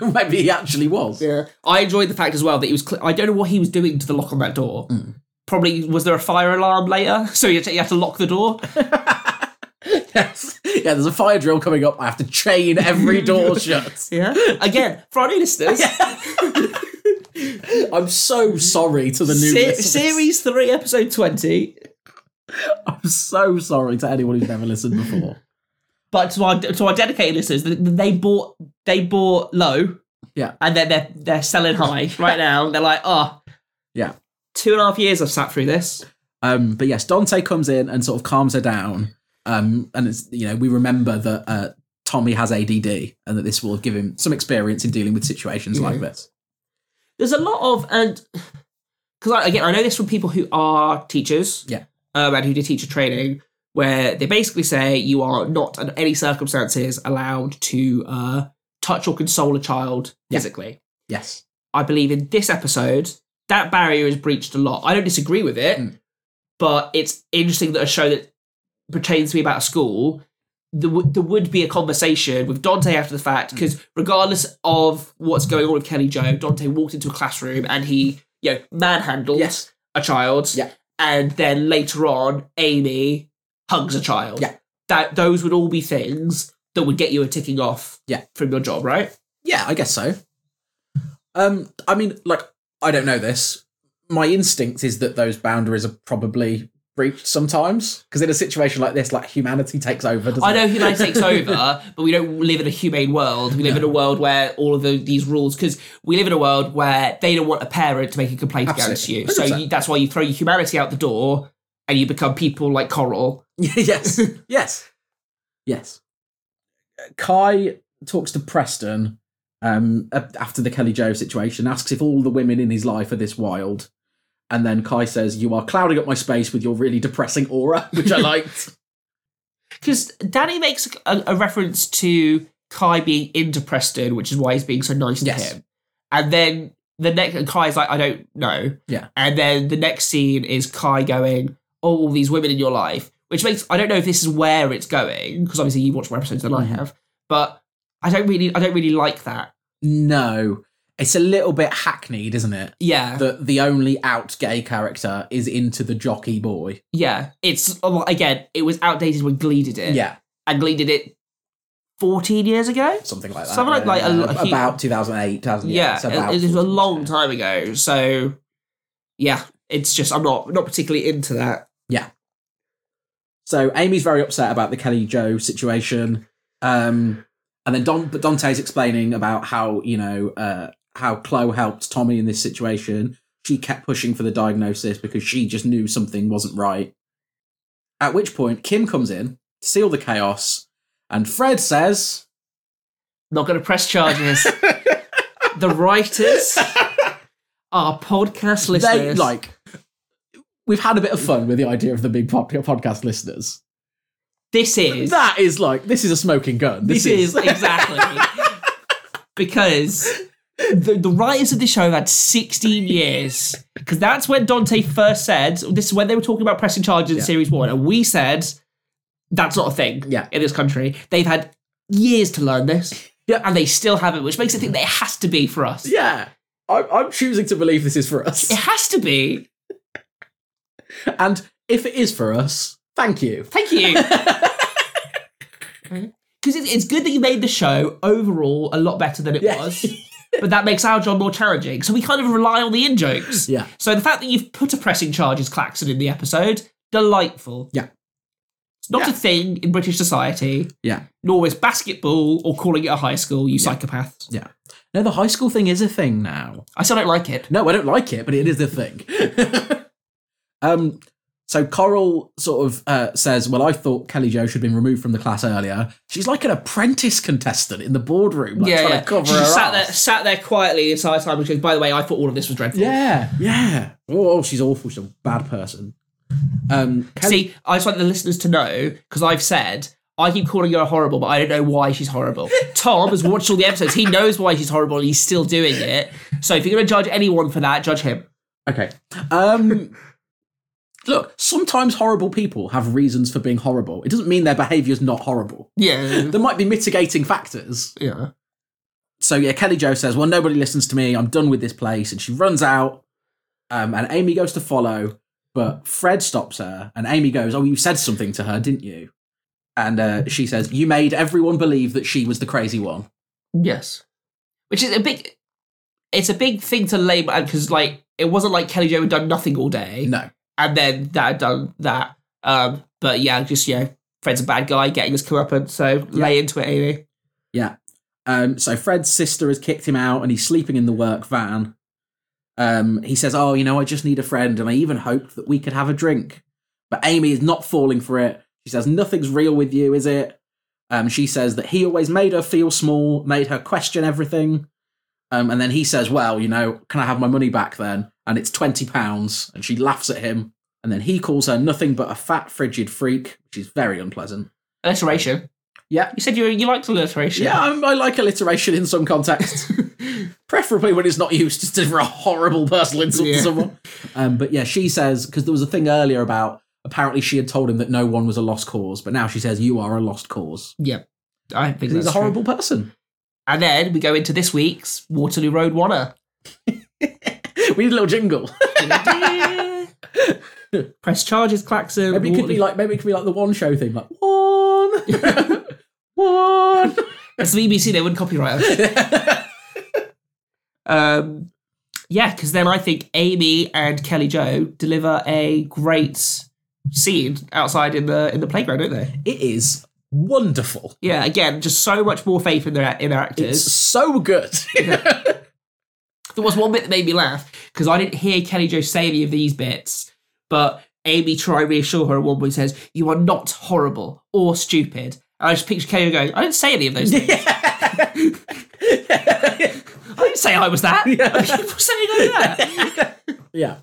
[SPEAKER 1] Maybe he actually was.
[SPEAKER 2] Yeah. I enjoyed the fact as well that he was. Cl- I don't know what he was doing to the lock on that door. Probably was there a fire alarm later, so you had to, you had to lock the door.
[SPEAKER 1] Yes. Yeah, there's a fire drill coming up. I have to chain every door shut.
[SPEAKER 2] Yeah. Again, for our new listeners,
[SPEAKER 1] I'm so sorry to the new
[SPEAKER 2] se-
[SPEAKER 1] listeners.
[SPEAKER 2] series three, episode twenty.
[SPEAKER 1] I'm so sorry to anyone who's never listened before.
[SPEAKER 2] But to our to our dedicated listeners, th- they bought they bought low.
[SPEAKER 1] Yeah.
[SPEAKER 2] And then they're they're selling high right now. They're like, oh,
[SPEAKER 1] Yeah.
[SPEAKER 2] two and a half years I've sat through this.
[SPEAKER 1] Um, but yes, Dante comes in and sort of calms her down. Um, and it's you know we remember that uh, Tommy has ADD and that this will give him some experience in dealing with situations like this.
[SPEAKER 2] there's a lot of and because I, again I know this from people who are teachers,
[SPEAKER 1] Yeah.
[SPEAKER 2] um, and who do teacher training, where they basically say you are not under any circumstances allowed to uh, touch or console a child
[SPEAKER 1] Yeah.
[SPEAKER 2] physically.
[SPEAKER 1] Yes,
[SPEAKER 2] I believe in this episode that barrier is breached a lot. I don't disagree with it,
[SPEAKER 1] Mm.
[SPEAKER 2] but it's interesting that a show that pertains to me about a school. There would, there would be a conversation with Dante after the
[SPEAKER 1] Mm.
[SPEAKER 2] fact because regardless of what's going on with Kelly Joe, Dante walked into a classroom and he, you know, manhandled
[SPEAKER 1] Yes.
[SPEAKER 2] a child.
[SPEAKER 1] Yeah.
[SPEAKER 2] And then later on, Amy hugs a child.
[SPEAKER 1] Yeah.
[SPEAKER 2] That those would all be things that would get you a ticking off.
[SPEAKER 1] Yeah.
[SPEAKER 2] From your job, right?
[SPEAKER 1] yeah, I guess so. Um, I mean, like I don't know this. My instinct is that those boundaries are probably breached sometimes because in a situation like this, like humanity takes over. Doesn't
[SPEAKER 2] I know
[SPEAKER 1] it?
[SPEAKER 2] humanity takes over, but we don't live in a humane world. We live in a world where all of the, these rules, because we live in a world where they don't want a parent to make a complaint against
[SPEAKER 1] Absolutely.
[SPEAKER 2] you. So
[SPEAKER 1] 100%.
[SPEAKER 2] you, that's why you throw your humanity out the door and you become people like Coral.
[SPEAKER 1] yes, yes, yes. Kai talks to Preston um, a- after the Kelly Joe situation, asks if all the women in his life are this wild, and then Kai says, "You are clouding up my space with your really depressing aura," which I liked.
[SPEAKER 2] Because Danny makes a, a reference to Kai being into Preston, which is why he's being so nice
[SPEAKER 1] Yes.
[SPEAKER 2] to him. And then the next, and Kai's like, I don't know.
[SPEAKER 1] Yeah.
[SPEAKER 2] And then the next scene is Kai going, Oh, all these women in your life, which makes, I don't know if this is where it's going, because obviously you watch more episodes than I
[SPEAKER 1] Mm-hmm.
[SPEAKER 2] have, but I don't really, I don't really like that.
[SPEAKER 1] no, it's a little bit hackneyed, isn't it?
[SPEAKER 2] Yeah.
[SPEAKER 1] That the only out gay character is into the jockey boy.
[SPEAKER 2] yeah. It's, oh, again, it was outdated when Glee did it.
[SPEAKER 1] Yeah,
[SPEAKER 2] And Glee did it 14 years ago.
[SPEAKER 1] something like that.
[SPEAKER 2] Something like- like a-
[SPEAKER 1] Yeah,
[SPEAKER 2] a-
[SPEAKER 1] about two thousand eight, thousand
[SPEAKER 2] yeah,
[SPEAKER 1] it's about
[SPEAKER 2] it, it was a
[SPEAKER 1] 14,
[SPEAKER 2] long
[SPEAKER 1] yeah.
[SPEAKER 2] time ago. So yeah, it's just I'm not not particularly into that.
[SPEAKER 1] So Amy's very upset about the Kelly Joe situation, um, and then Don, but Dante's explaining about how you know uh, how Chloe helped Tommy in this situation. She kept pushing for the diagnosis because she just knew something wasn't right. At which point, Kim comes in to seal the chaos, and Fred says,
[SPEAKER 2] Not going to press charges. the writers are podcast
[SPEAKER 1] "They
[SPEAKER 2] listeners.
[SPEAKER 1] like we've had a bit of fun with the idea of the big pod- podcast listeners.
[SPEAKER 2] this is
[SPEAKER 1] That is like this is a smoking gun.
[SPEAKER 2] this is exactly because the, the writers of this show have had 16 years because that's when Dante first said this is when they were talking about pressing charges
[SPEAKER 1] Yeah.
[SPEAKER 2] in series one and we said that's not a thing
[SPEAKER 1] Yeah.
[SPEAKER 2] in this country they've had years to learn this
[SPEAKER 1] Yeah.
[SPEAKER 2] and they still haven't which makes it think that it has to be for us
[SPEAKER 1] yeah. I'm, I'm choosing to believe this is for us.
[SPEAKER 2] it has to be
[SPEAKER 1] And if it is for us, thank you.
[SPEAKER 2] thank you because it's, it's good that you made the show overall a lot better than it
[SPEAKER 1] Yeah.
[SPEAKER 2] was but that makes our job more challenging so we kind of rely on the in jokes
[SPEAKER 1] Yeah.
[SPEAKER 2] So the fact that you've put a pressing charge as Claxon in the episode, delightful.
[SPEAKER 1] Yeah.
[SPEAKER 2] It's not
[SPEAKER 1] Yeah.
[SPEAKER 2] a thing in British society,
[SPEAKER 1] Yeah.
[SPEAKER 2] nor is basketball or calling it a high school, you psychopaths.
[SPEAKER 1] No, the high school thing is a thing now.
[SPEAKER 2] I still don't like it.
[SPEAKER 1] No, I don't like it, but it is a thing. um, so Coral sort of uh, says, "Well, I thought Kelly Jo should have been removed from the class earlier. She's like an apprentice contestant in the boardroom, like,
[SPEAKER 2] yeah,
[SPEAKER 1] trying
[SPEAKER 2] yeah.
[SPEAKER 1] to cover
[SPEAKER 2] She
[SPEAKER 1] her
[SPEAKER 2] just sat there,
[SPEAKER 1] arse.
[SPEAKER 2] sat there quietly the entire time and she goes, by the way, I thought all of this was dreadful.
[SPEAKER 1] Yeah, yeah. Oh, she's awful. She's a bad person. Um, Kelly-
[SPEAKER 2] See, I just want the listeners to know, because I've said I keep calling her horrible, but I don't know why she's horrible. Tom has watched all the episodes. He knows why she's horrible and he's still doing it. So if you're going to judge anyone for that, judge him.
[SPEAKER 1] Okay. Um, look, sometimes horrible people have reasons for being horrible. It doesn't mean their behaviour's not horrible.
[SPEAKER 2] Yeah.
[SPEAKER 1] There might be mitigating factors.
[SPEAKER 2] Yeah.
[SPEAKER 1] So yeah, Kelly Joe says, "Well, nobody listens to me. I'm done with this place," and she runs out. Um, and Amy goes to follow, but Fred stops her, and Amy goes, "Oh, you said something to her, didn't you?" And uh, she says, "You made everyone believe that she was the crazy one."
[SPEAKER 2] Yes. Which is a big. It's a big thing to label because, like, it wasn't like Kelly Jo had done nothing all day,
[SPEAKER 1] No,
[SPEAKER 2] and then that had done that. Um, but yeah, just you know, Fred's a bad guy, getting his comeuppance. So lay into it, Amy.
[SPEAKER 1] Yeah. Um, so Fred's sister has kicked him out and he's sleeping in the work van. Um, he says, Oh, you know, I just need a friend. And I even hoped that we could have a drink. But Amy is not falling for it. She says, Nothing's real with you, is it? Um, she says that he always made her feel small, made her question everything. Um, and then he says, Well, you know, can I have my money back then? And it's £20. And she laughs at him. And then he calls her nothing but a fat, frigid freak, which is very unpleasant.
[SPEAKER 2] Alliteration.
[SPEAKER 1] Yeah.
[SPEAKER 2] You said you you liked alliteration.
[SPEAKER 1] Yeah, I'm, I like alliteration in some contexts, preferably when it's not used just for a horrible personal insult
[SPEAKER 2] Yeah.
[SPEAKER 1] to someone. Um, but yeah, she says because there was a thing earlier about apparently she had told him that no one was a lost cause, but now she says you are a lost cause.
[SPEAKER 2] Yeah. I
[SPEAKER 1] 'Cause
[SPEAKER 2] think that's
[SPEAKER 1] He's a
[SPEAKER 2] true.
[SPEAKER 1] horrible person.
[SPEAKER 2] And then we go into this week's Waterloo Road Wanna.
[SPEAKER 1] we need a little jingle.
[SPEAKER 2] Press charges, Claxon.
[SPEAKER 1] Maybe it could be
[SPEAKER 2] Waterloo-
[SPEAKER 1] like maybe it could be like the one show thing, like one, one.
[SPEAKER 2] That's the BBC, they wouldn't copyright us. Um, yeah, because then I think Amy and Kelly Joe deliver a great scene outside in the in the playground, don't they?
[SPEAKER 1] it is wonderful.
[SPEAKER 2] Yeah, again, just so much more faith in their in their actors.
[SPEAKER 1] It's so good.
[SPEAKER 2] there was one bit that made me laugh because I didn't hear Kelly Joe say any of these bits, but Amy tried to reassure her at one point says, "You are not horrible or stupid." And I just picture Kelly going, "I didn't say any of those things. I didn't say I was that.
[SPEAKER 1] Yeah.
[SPEAKER 2] People saying I'm that."
[SPEAKER 1] yeah.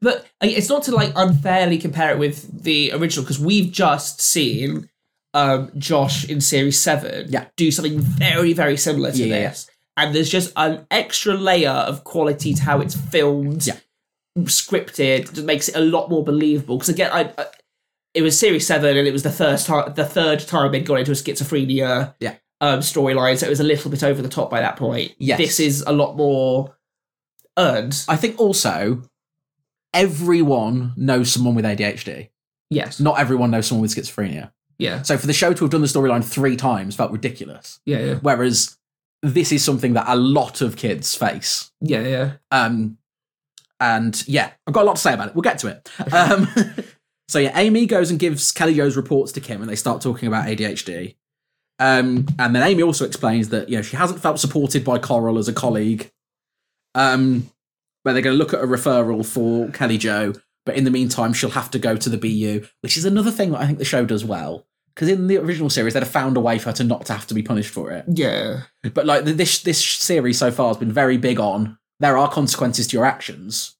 [SPEAKER 2] But I- it's not to like unfairly compare it with the original because we've just seen um, Josh in series seven
[SPEAKER 1] Yeah.
[SPEAKER 2] do something very very similar to
[SPEAKER 1] Yeah, yeah,
[SPEAKER 2] this, and there's just an extra layer of quality to how it's filmed,
[SPEAKER 1] Yeah.
[SPEAKER 2] scripted, that makes it a lot more believable. Because again, I, I it was series seven and it was the first time the third time they'd gone into a schizophrenia
[SPEAKER 1] Yeah.
[SPEAKER 2] um, storyline, so it was a little bit over the top by that point.
[SPEAKER 1] Yes.
[SPEAKER 2] this is a lot more earned.
[SPEAKER 1] I think also everyone knows someone with ADHD.
[SPEAKER 2] Yes.
[SPEAKER 1] Not everyone knows someone with schizophrenia.
[SPEAKER 2] Yeah.
[SPEAKER 1] So for the show to have done the storyline three times felt ridiculous.
[SPEAKER 2] Yeah. Yeah.
[SPEAKER 1] Whereas this is something that a lot of kids face.
[SPEAKER 2] Yeah. Yeah.
[SPEAKER 1] Um, and yeah, I've got a lot to say about it. We'll get to it. Um, so yeah, Amy goes and gives Kelly Jo's reports to Kim, and they start talking about ADHD. Um, and then Amy also explains that you know she hasn't felt supported by Coral as a colleague. Um, where they're going to look at a referral for Kelly Joe, but in the meantime, she'll have to go to the BU, which is another thing that I think the show does well. Because in the original series, they'd have found a way for her to not to have to be punished for it.
[SPEAKER 2] Yeah.
[SPEAKER 1] But like th- this this series so far has been very big on there are consequences to your actions.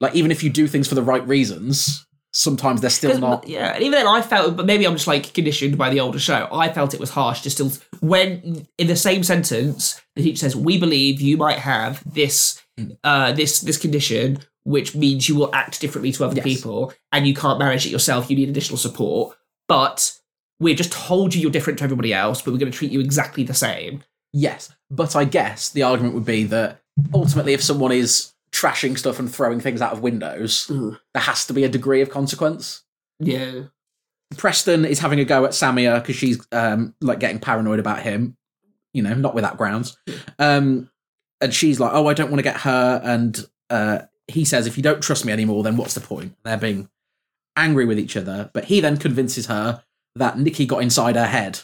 [SPEAKER 1] Like even if you do things for the right reasons, sometimes they're still not.
[SPEAKER 2] Yeah. And even then, I felt, but maybe I'm just like conditioned by the older show. I felt it was harsh. Just still, when in the same sentence, the teacher says, "We believe you might have this, uh, this, this condition." Which means you will act differently to other
[SPEAKER 1] Yes.
[SPEAKER 2] people and you can't manage it yourself. You need additional support. But we just told you you're different to everybody else, but we're going to treat you exactly the same.
[SPEAKER 1] Yes, but I guess the argument would be that ultimately, if someone is trashing stuff and throwing things out of windows,
[SPEAKER 2] Mm.
[SPEAKER 1] there has to be a degree of consequence.
[SPEAKER 2] Yeah.
[SPEAKER 1] Preston is having a go at Samia because she's um, like getting paranoid about him, you know, not without grounds. Um, and she's like, "Oh, I don't want to get hurt." And uh, he says, "If you don't trust me anymore, then what's the point?" They're being angry with each other, but he then convinces her that Nikki got inside her head,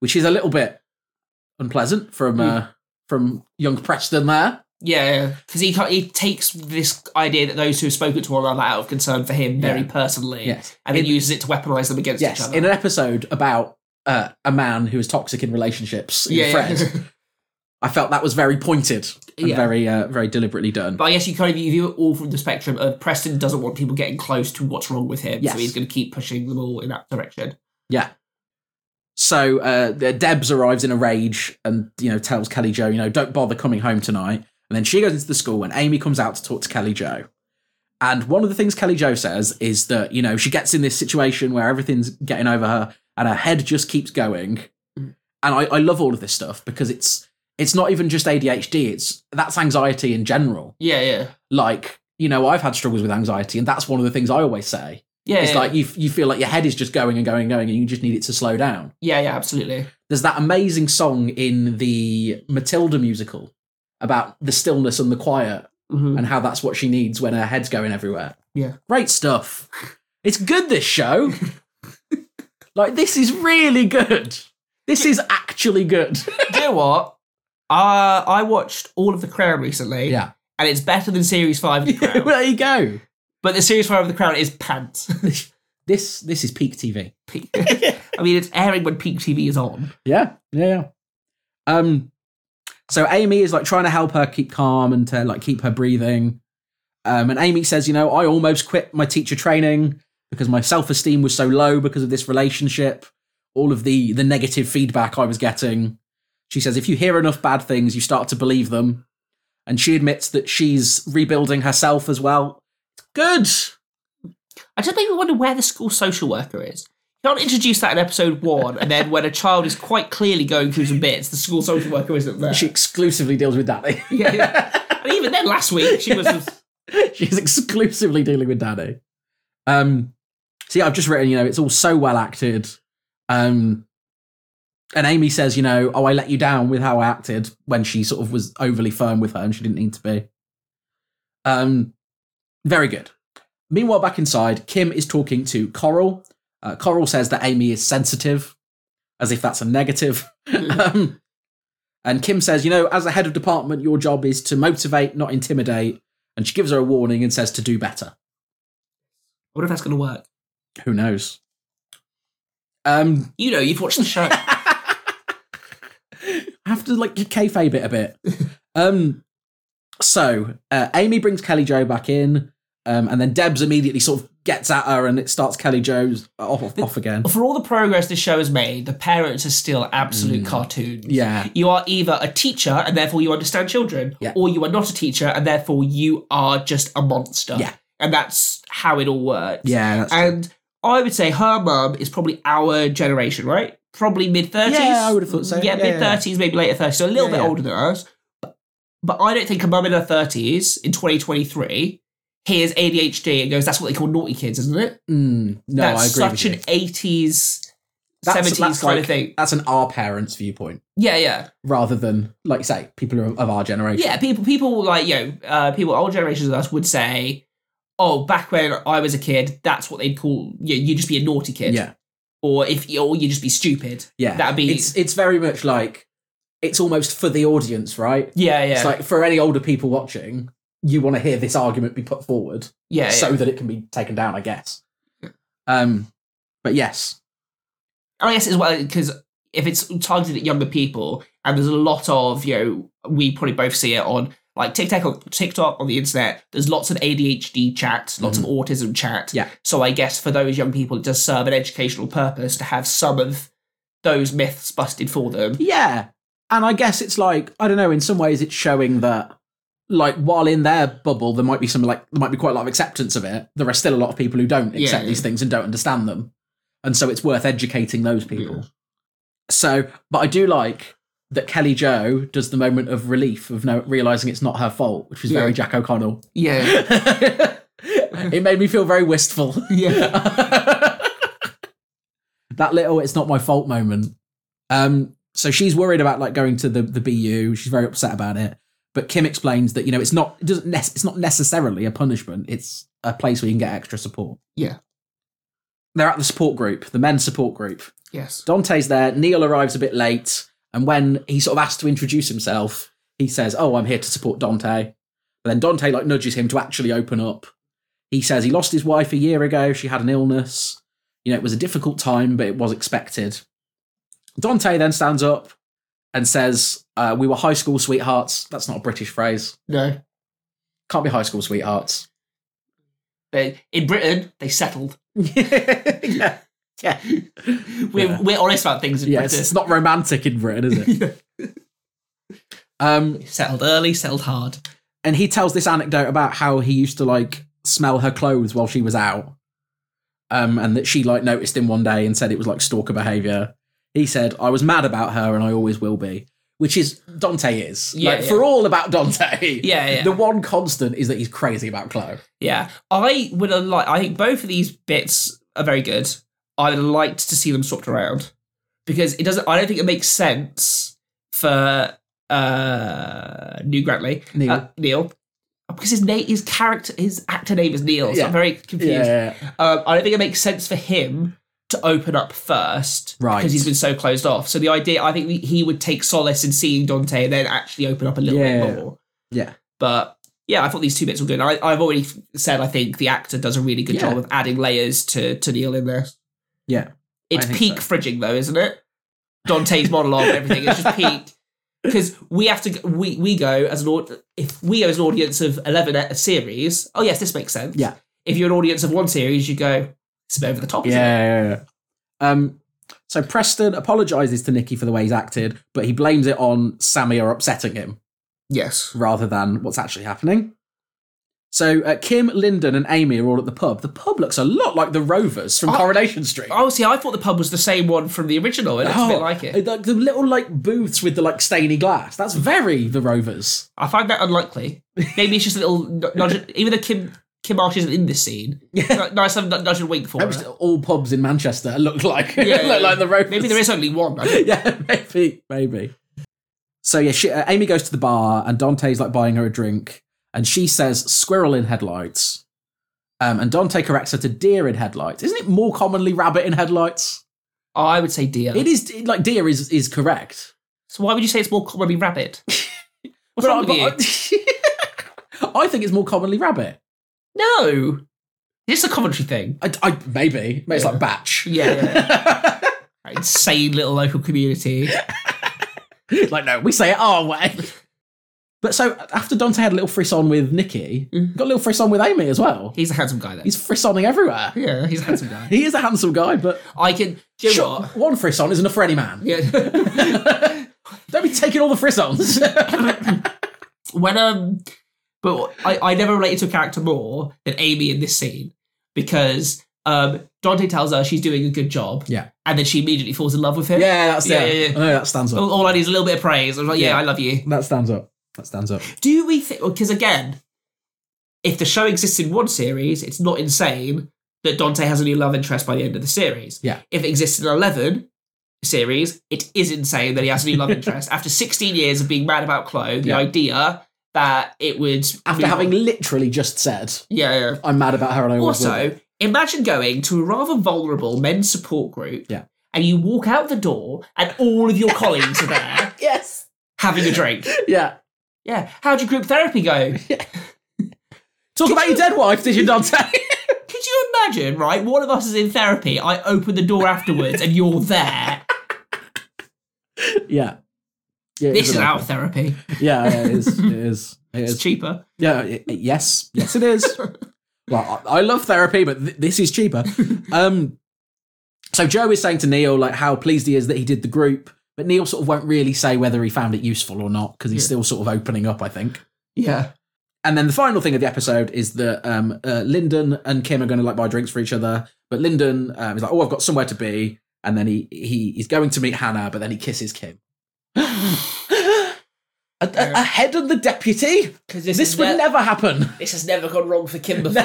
[SPEAKER 1] which is a little bit unpleasant from uh, from young Preston there.
[SPEAKER 2] Yeah, because he can't, he takes this idea that those who have spoken to one another out of concern for him very
[SPEAKER 1] Yeah.
[SPEAKER 2] personally,
[SPEAKER 1] Yes.
[SPEAKER 2] and then
[SPEAKER 1] In-
[SPEAKER 2] uses it to weaponize them against each
[SPEAKER 1] Yes,
[SPEAKER 2] other.
[SPEAKER 1] in an episode about uh, a man who is toxic in relationships, in
[SPEAKER 2] yeah,
[SPEAKER 1] Friends,
[SPEAKER 2] yeah.
[SPEAKER 1] I felt that was very pointed and
[SPEAKER 2] Yeah.
[SPEAKER 1] very, uh, very deliberately done.
[SPEAKER 2] but I guess you kind of you view it all from the spectrum of Preston doesn't want people getting close to what's wrong with him,
[SPEAKER 1] Yes.
[SPEAKER 2] so he's going to keep pushing them all in that direction.
[SPEAKER 1] yeah. So uh, Debs arrives in a rage and you know tells Kelly Joe, you know, don't bother coming home tonight. And then she goes into the school, and Amy comes out to talk to Kelly Joe. And one of the things Kelly Joe says is that you know she gets in this situation where everything's getting over her, and her head just keeps going.
[SPEAKER 2] Mm.
[SPEAKER 1] And I, I love all of this stuff because it's it's not even just ADHD; it's that's anxiety in general.
[SPEAKER 2] Yeah, yeah.
[SPEAKER 1] Like you know, I've had struggles with anxiety, and that's one of the things I always say.
[SPEAKER 2] Yeah,
[SPEAKER 1] It's
[SPEAKER 2] yeah,
[SPEAKER 1] like you you feel like your head is just going and going and going, and you just need it to slow down.
[SPEAKER 2] yeah, yeah, absolutely.
[SPEAKER 1] There's that amazing song in the Matilda musical about the stillness and the quiet
[SPEAKER 2] Mhm.
[SPEAKER 1] and how that's what she needs when her head's going everywhere.
[SPEAKER 2] Yeah.
[SPEAKER 1] Great stuff. It's good, this show. like, this is really good. This is actually good.
[SPEAKER 2] Do you know what? Uh, I watched all of The Crown recently.
[SPEAKER 1] Yeah.
[SPEAKER 2] And it's better than Series 5 of The
[SPEAKER 1] well,
[SPEAKER 2] Crown.
[SPEAKER 1] there you go.
[SPEAKER 2] but the Series 5 of The Crown is pants.
[SPEAKER 1] This this is peak TV.
[SPEAKER 2] Peak- I mean, it's airing when Peak TV is on.
[SPEAKER 1] Yeah, yeah, yeah. Um, so Amy is like trying to help her keep calm and to like keep her breathing. Um, and Amy says, you know, I almost quit my teacher training because my self esteem was so low because of this relationship, all of the the negative feedback I was getting. She says, if you hear enough bad things, you start to believe them. And she admits that she's rebuilding herself as well. Good.
[SPEAKER 2] I just maybe wonder where the school social worker is. You can't introduce that in episode one, and then when a child is quite clearly going through some bits, the school social worker isn't there.
[SPEAKER 1] She exclusively deals with Danny.
[SPEAKER 2] Yeah, and even then, last week, she was. just-
[SPEAKER 1] She's exclusively dealing with Danny. Um, see, I've just written, you know, it's all so well acted. Um, and Amy says, you know, oh, I let you down with how I acted when she sort of was overly firm with her and she didn't need to be. Um, very good. Meanwhile, back inside, Kim is talking to Coral. Uh, Coral says that Amy is sensitive, as if that's a negative. um, and Kim says, you know, as a head of department, your job is to motivate, not intimidate. And she gives her a warning and says to do better.
[SPEAKER 2] I wonder if that's going to work.
[SPEAKER 1] Who knows? Um,
[SPEAKER 2] You know, you've watched the show.
[SPEAKER 1] I have to like kayfabe it a bit. Um, so uh, Amy brings Kelly Joe back in, um, and then Debs immediately sort of gets at her, and it starts Kelly Joe's off off, off again.
[SPEAKER 2] For all the progress this show has made, the parents are still absolute
[SPEAKER 1] Mm.
[SPEAKER 2] cartoons.
[SPEAKER 1] Yeah,
[SPEAKER 2] You are either a teacher and therefore you understand children,
[SPEAKER 1] Yeah.
[SPEAKER 2] or you are not a teacher and therefore you are just a monster.
[SPEAKER 1] Yeah.
[SPEAKER 2] And that's how it all works.
[SPEAKER 1] yeah, that's,
[SPEAKER 2] And I would say her mum is probably our generation, right? Probably mid 30s.
[SPEAKER 1] Yeah, I would have thought so. Yeah,
[SPEAKER 2] Yeah,
[SPEAKER 1] yeah,
[SPEAKER 2] mid 30s, maybe later 30s, so a little
[SPEAKER 1] Yeah,
[SPEAKER 2] bit
[SPEAKER 1] yeah.
[SPEAKER 2] older than us. But, but I don't think a mum in her 30s in 2023 hears ADHD and goes, that's what they call naughty kids, isn't it?
[SPEAKER 1] Mm, no,
[SPEAKER 2] that's
[SPEAKER 1] I agree.
[SPEAKER 2] such
[SPEAKER 1] with
[SPEAKER 2] an
[SPEAKER 1] you.
[SPEAKER 2] 80s,
[SPEAKER 1] That's-
[SPEAKER 2] 70s
[SPEAKER 1] that's
[SPEAKER 2] kind
[SPEAKER 1] like-
[SPEAKER 2] of thing.
[SPEAKER 1] That's an our parents' viewpoint
[SPEAKER 2] Yeah, yeah.
[SPEAKER 1] rather than, like, you say, people of, of our generation.
[SPEAKER 2] Yeah, people, people like, you know, uh, people, old generations of us would say, oh, back when I was a kid, that's what they'd call, you you'd just be a naughty kid.
[SPEAKER 1] yeah,
[SPEAKER 2] Or if you, or you'd just be stupid.
[SPEAKER 1] yeah.
[SPEAKER 2] That'd be-
[SPEAKER 1] it's it's very much like it's almost for the audience, right?
[SPEAKER 2] Yeah, yeah.
[SPEAKER 1] It's like for any older people watching, you want to hear this argument be put forward.
[SPEAKER 2] yeah,
[SPEAKER 1] so
[SPEAKER 2] yeah.
[SPEAKER 1] that it can be taken down, I guess. Um, but yes,
[SPEAKER 2] I guess as well because if it's targeted at younger people, and there's a lot of you know, we probably both see it on like TikTok, on TikTok on the internet. There's lots of ADHD chat, lots of autism chat.
[SPEAKER 1] Mm-hmm. Yeah.
[SPEAKER 2] So I guess for those young people, it does serve an educational purpose to have some of those myths busted for them.
[SPEAKER 1] yeah, and I guess it's like I don't know. In some ways, it's showing that like while in their bubble, there might be some like there might be quite a lot of acceptance of it. There are still a lot of people who don't
[SPEAKER 2] Yeah,
[SPEAKER 1] accept
[SPEAKER 2] yeah.
[SPEAKER 1] these things and don't understand them, and so it's worth educating those people. So, but I do like that Kelly Joe does the moment of relief of no realizing it's not her fault, which was
[SPEAKER 2] Yeah.
[SPEAKER 1] very Jack O'Connell.
[SPEAKER 2] Yeah.
[SPEAKER 1] it made me feel very wistful.
[SPEAKER 2] Yeah.
[SPEAKER 1] that little it's not my fault moment. Um, so she's worried about like going to the, the BU. She's very upset about it. But Kim explains that you know it's not it doesn't nec- it's not necessarily a punishment. It's a place where you can get extra support.
[SPEAKER 2] Yeah.
[SPEAKER 1] They're at the support group, the men's support group.
[SPEAKER 2] yes.
[SPEAKER 1] Dante's there. Neil arrives a bit late, and when he sort of asks to introduce himself, he says, "Oh, I'm here to support Dante." But then Dante like nudges him to actually open up. He says he lost his wife a year ago. She had an illness. You know, it was a difficult time, but it was expected. Dante then stands up and says, uh, "We were high school sweethearts." That's not a British phrase.
[SPEAKER 2] No.
[SPEAKER 1] Can't be high school sweethearts.
[SPEAKER 2] They, in Britain, they settled.
[SPEAKER 1] yeah.
[SPEAKER 2] Yeah. We're,
[SPEAKER 1] Yeah.
[SPEAKER 2] we're honest about things in
[SPEAKER 1] Yeah, it's,
[SPEAKER 2] Britain.
[SPEAKER 1] it's not romantic in Britain, is it? um,
[SPEAKER 2] Settled early, settled hard.
[SPEAKER 1] and he tells this anecdote about how he used to like smell her clothes while she was out, um, and that she like noticed him one day and said it was like stalker behavior. He said, "I was mad about her, and I always will be." Which is Dante is
[SPEAKER 2] Yeah,
[SPEAKER 1] like
[SPEAKER 2] yeah.
[SPEAKER 1] for all about Dante.
[SPEAKER 2] Yeah, yeah.
[SPEAKER 1] The one constant is that he's crazy about Chloe.
[SPEAKER 2] Yeah, I would have liked. I think both of these bits are very good. I'd have liked to see them swapped around because it doesn't. I don't think it makes sense for uh New Grantley
[SPEAKER 1] Neil.
[SPEAKER 2] uh, Neil because his name, his character, his actor name is Neil. So
[SPEAKER 1] Yeah.
[SPEAKER 2] I'm very confused.
[SPEAKER 1] yeah.
[SPEAKER 2] Um, I don't think it makes sense for him to open up first,
[SPEAKER 1] Right.
[SPEAKER 2] Because he's been so closed off. So the idea, I think, he would take solace in seeing Dante and then actually open up a little
[SPEAKER 1] Yeah.
[SPEAKER 2] bit more.
[SPEAKER 1] Yeah.
[SPEAKER 2] But yeah, I thought these two bits were good. I, I've already f- said I think the actor does a really good
[SPEAKER 1] Yeah.
[SPEAKER 2] job of adding layers to to Neil in there.
[SPEAKER 1] Yeah.
[SPEAKER 2] It's
[SPEAKER 1] think
[SPEAKER 2] peak fridging though, isn't it? Dante's monologue and everything. It's just peak because we have to. go- We we go as an aud- if we as an audience of eleven e, a a series. Oh yes, this makes sense.
[SPEAKER 1] Yeah.
[SPEAKER 2] If you're an audience of one series, you go. It's a bit over the top. isn't it?
[SPEAKER 1] Yeah, yeah, yeah. Um, so Preston apologizes to Nikki for the way he's acted, but he blames it on Samir upsetting him
[SPEAKER 2] Yes.
[SPEAKER 1] rather than what's actually happening. So uh, Kim, Lyndon, and Amy are all at the pub. The pub looks a lot like the Rovers from
[SPEAKER 2] Oh.
[SPEAKER 1] Coronation Street.
[SPEAKER 2] Oh, see, I thought the pub was the same one from the original. It looks
[SPEAKER 1] Oh,
[SPEAKER 2] a bit like it.
[SPEAKER 1] The, the little uh, like booths with the like stainy glass. That's very the Rovers.
[SPEAKER 2] I find that unlikely. Maybe it's just a little nudge. even though Kim Kim Arch isn't in this scene, yeah. nice have a nudge and wink for
[SPEAKER 1] I
[SPEAKER 2] her.
[SPEAKER 1] wish all pubs in Manchester look like
[SPEAKER 2] Yeah,
[SPEAKER 1] look
[SPEAKER 2] yeah,
[SPEAKER 1] like the Rovers.
[SPEAKER 2] Maybe there is only one. I don't-
[SPEAKER 1] yeah, maybe, maybe. So yeah, she, uh, Amy goes to the bar, and Dante's like buying her a drink, and she says squirrel in headlights, um, and Dante corrects her to deer in headlights. Isn't it more commonly rabbit in headlights?
[SPEAKER 2] I would say deer.
[SPEAKER 1] It is it- like deer is is correct.
[SPEAKER 2] So why would you say it's more commonly rabbit? What's wrong with you?
[SPEAKER 1] But I, I think it's more commonly rabbit.
[SPEAKER 2] No, it's a commentary thing.
[SPEAKER 1] I, I- maybe, maybe it's
[SPEAKER 2] Yeah.
[SPEAKER 1] like batch.
[SPEAKER 2] Yeah, That insane little local community.
[SPEAKER 1] like no, we say it our way. But so after Dante had a little frisson with Nikki,
[SPEAKER 2] Mhm.
[SPEAKER 1] got a little frisson with Amy as well.
[SPEAKER 2] He's a handsome guy, though.
[SPEAKER 1] He's frissoning everywhere.
[SPEAKER 2] yeah, he's a handsome guy.
[SPEAKER 1] He is a handsome guy, but
[SPEAKER 2] I can. Do you know
[SPEAKER 1] sure,
[SPEAKER 2] what?
[SPEAKER 1] one frisson is enough for any man.
[SPEAKER 2] Yeah.
[SPEAKER 1] Don't be taking all the frissons.
[SPEAKER 2] when um but I, I never related to a character more than Amy in this scene because um Dante tells her she's doing a good job.
[SPEAKER 1] Yeah.
[SPEAKER 2] And then she immediately falls in love with him.
[SPEAKER 1] yeah, that's
[SPEAKER 2] Yeah,
[SPEAKER 1] it.
[SPEAKER 2] yeah, Oh. yeah.
[SPEAKER 1] I know that stands up.
[SPEAKER 2] All, all I need is a little bit of praise. I was like, yeah,
[SPEAKER 1] Yeah.
[SPEAKER 2] I love you.
[SPEAKER 1] That stands up. That stands up.
[SPEAKER 2] Do we think because again, if the show exists in one series, it's not insane that Dante has a new love interest by the end of the series.
[SPEAKER 1] Yeah.
[SPEAKER 2] If it exists in eleven series, it is insane that he has a new love interest. After sixteen years of being mad about Chloe, the
[SPEAKER 1] Yeah.
[SPEAKER 2] idea that it would
[SPEAKER 1] After
[SPEAKER 2] move
[SPEAKER 1] having
[SPEAKER 2] on-
[SPEAKER 1] literally just said,
[SPEAKER 2] yeah, yeah.
[SPEAKER 1] "I'm mad about her," and I always will.
[SPEAKER 2] Also, imagine going to a rather vulnerable men's support group.
[SPEAKER 1] Yeah.
[SPEAKER 2] And you walk out the door and all of your colleagues are there
[SPEAKER 1] yes,
[SPEAKER 2] having a drink.
[SPEAKER 1] yeah.
[SPEAKER 2] Yeah. How'd your group therapy go?
[SPEAKER 1] Talk
[SPEAKER 2] Did
[SPEAKER 1] about
[SPEAKER 2] you-
[SPEAKER 1] your dead wife, did you, Dante?
[SPEAKER 2] Could you imagine, right? One of us is in therapy. I open the door afterwards and you're there.
[SPEAKER 1] yeah. Yeah, it
[SPEAKER 2] This
[SPEAKER 1] is
[SPEAKER 2] is
[SPEAKER 1] an
[SPEAKER 2] our
[SPEAKER 1] offer.
[SPEAKER 2] therapy.
[SPEAKER 1] Yeah, yeah, it is. It is. It
[SPEAKER 2] It's
[SPEAKER 1] is.
[SPEAKER 2] cheaper.
[SPEAKER 1] Yeah. y- yes. Yes, it is. well, I, I love therapy, but th- this is cheaper. Um, so Joe is saying to Neil like how pleased he is that he did the group, but Neil sort of won't really say whether he found it useful or not because he's
[SPEAKER 2] Yeah.
[SPEAKER 1] still sort of opening up, I think.
[SPEAKER 2] Yeah.
[SPEAKER 1] And then the final thing of the episode is that um, uh, Lyndon and Kim are going to like buy drinks for each other, but Lyndon um, is like, "Oh, I've got somewhere to be," and then he he he's going to meet Hannah, but then he kisses Kim. a, a, a head and the deputy.
[SPEAKER 2] Because
[SPEAKER 1] This would never happen.
[SPEAKER 2] this has never gone wrong for Kim before.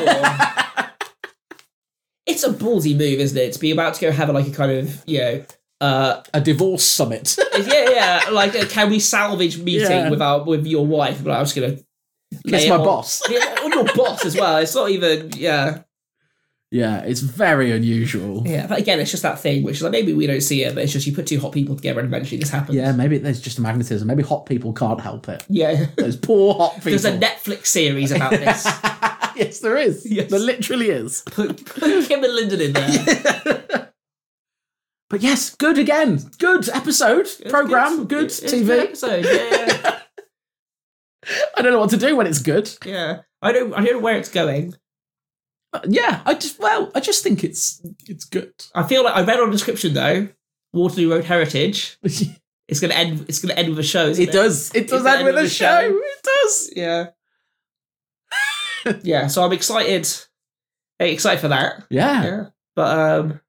[SPEAKER 2] it's a ballsy move, isn't it? To be about to go have like a kind of, you know, uh,
[SPEAKER 1] a divorce summit.
[SPEAKER 2] yeah, yeah. Like, uh, can we salvage meeting
[SPEAKER 1] Yeah.
[SPEAKER 2] with our with your wife? But I was gonna
[SPEAKER 1] Kiss
[SPEAKER 2] it
[SPEAKER 1] my
[SPEAKER 2] on-
[SPEAKER 1] boss.
[SPEAKER 2] yeah, on your boss as well. It's not even yeah,
[SPEAKER 1] Yeah, it's very unusual.
[SPEAKER 2] yeah. But again, it's just that thing which is like maybe we don't see it, but it's just you put two hot people together and eventually this happens.
[SPEAKER 1] Yeah, maybe there's just a magnetism. Maybe hot people can't help it.
[SPEAKER 2] yeah.
[SPEAKER 1] Those poor hot people.
[SPEAKER 2] There's a Netflix series about this.
[SPEAKER 1] yes, there is.
[SPEAKER 2] Yes.
[SPEAKER 1] There literally is.
[SPEAKER 2] put, put Kim and Lyndon in there.
[SPEAKER 1] But yes, good again. Good episode, program, good,
[SPEAKER 2] It's- it's a
[SPEAKER 1] TV.
[SPEAKER 2] episode. Yeah, yeah,
[SPEAKER 1] I don't know what to do when it's good.
[SPEAKER 2] yeah. I don't. I don't know where it's going.
[SPEAKER 1] yeah, I just well, I just think it's it's good.
[SPEAKER 2] I feel like I read on the description though, Waterloo Road Heritage. It's gonna end. It's gonna end with a show. Isn't
[SPEAKER 1] It does. It does
[SPEAKER 2] It's
[SPEAKER 1] end with a show. It does.
[SPEAKER 2] Yeah. yeah. So I'm excited. Hey, excited for that.
[SPEAKER 1] Yeah.
[SPEAKER 2] Yeah. But um,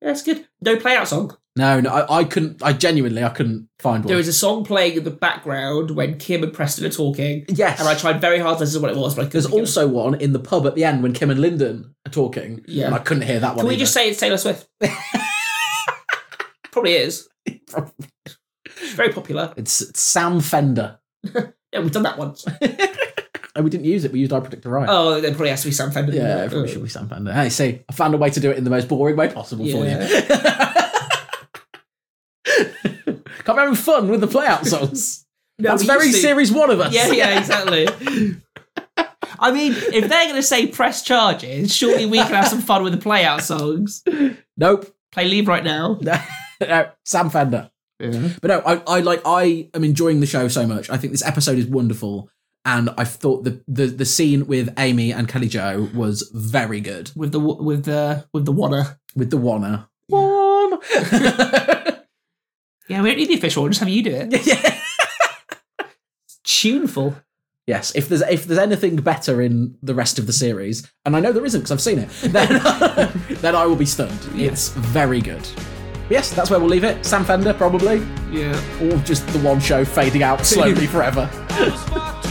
[SPEAKER 2] yeah, it's good. No play out song.
[SPEAKER 1] No, no, I, I couldn't. I genuinely, I couldn't find one.
[SPEAKER 2] There is a song playing in the background when Kim and Preston are talking,
[SPEAKER 1] yes,
[SPEAKER 2] and I tried very hard to listen to what it was, but I
[SPEAKER 1] There's
[SPEAKER 2] couldn't think of
[SPEAKER 1] also one in the pub at the end when Kim and Lyndon are talking.
[SPEAKER 2] Yeah.
[SPEAKER 1] And I couldn't hear that
[SPEAKER 2] it.
[SPEAKER 1] one.
[SPEAKER 2] Can we
[SPEAKER 1] either.
[SPEAKER 2] just say it's Taylor Swift? Probably is.
[SPEAKER 1] Probably.
[SPEAKER 2] She's very popular.
[SPEAKER 1] It's, it's Sam Fender.
[SPEAKER 2] Yeah, we've done that once.
[SPEAKER 1] And we didn't use it, we used I Predict Right.
[SPEAKER 2] Oh, there probably has to be Sam Fender.
[SPEAKER 1] yeah, it probably should be Sam Fender. Hey, see, I found a way to do it in the most boring way possible for you. Can't be having fun with the playout songs.
[SPEAKER 2] No,
[SPEAKER 1] That's
[SPEAKER 2] we
[SPEAKER 1] very
[SPEAKER 2] used to-
[SPEAKER 1] series one of us.
[SPEAKER 2] Yeah, yeah, exactly. I mean, if they're going to say press charges, surely we can have some fun with the play out songs.
[SPEAKER 1] Nope.
[SPEAKER 2] Play leave right now.
[SPEAKER 1] No, Sam Fender. But no, I, I like I am enjoying the show so much. I think this episode is wonderful, and I thought the the, the scene with Amy and Kelly Joe was very good
[SPEAKER 2] With the with the with the wanna.
[SPEAKER 1] with the Wanna.
[SPEAKER 2] Yeah.
[SPEAKER 1] Wanna.
[SPEAKER 2] Yeah, we don't need the official one. Just have you do it.
[SPEAKER 1] Yeah.
[SPEAKER 2] Tuneful.
[SPEAKER 1] Yes, if there's if there's anything better in the rest of the series, and I know there isn't because I've seen it, then then I will be stunned.
[SPEAKER 2] Yeah.
[SPEAKER 1] It's very good. But yes, that's where we'll leave it. Sam Fender probably,
[SPEAKER 2] Yeah.
[SPEAKER 1] or just the one show fading out slowly forever.
[SPEAKER 3] I was far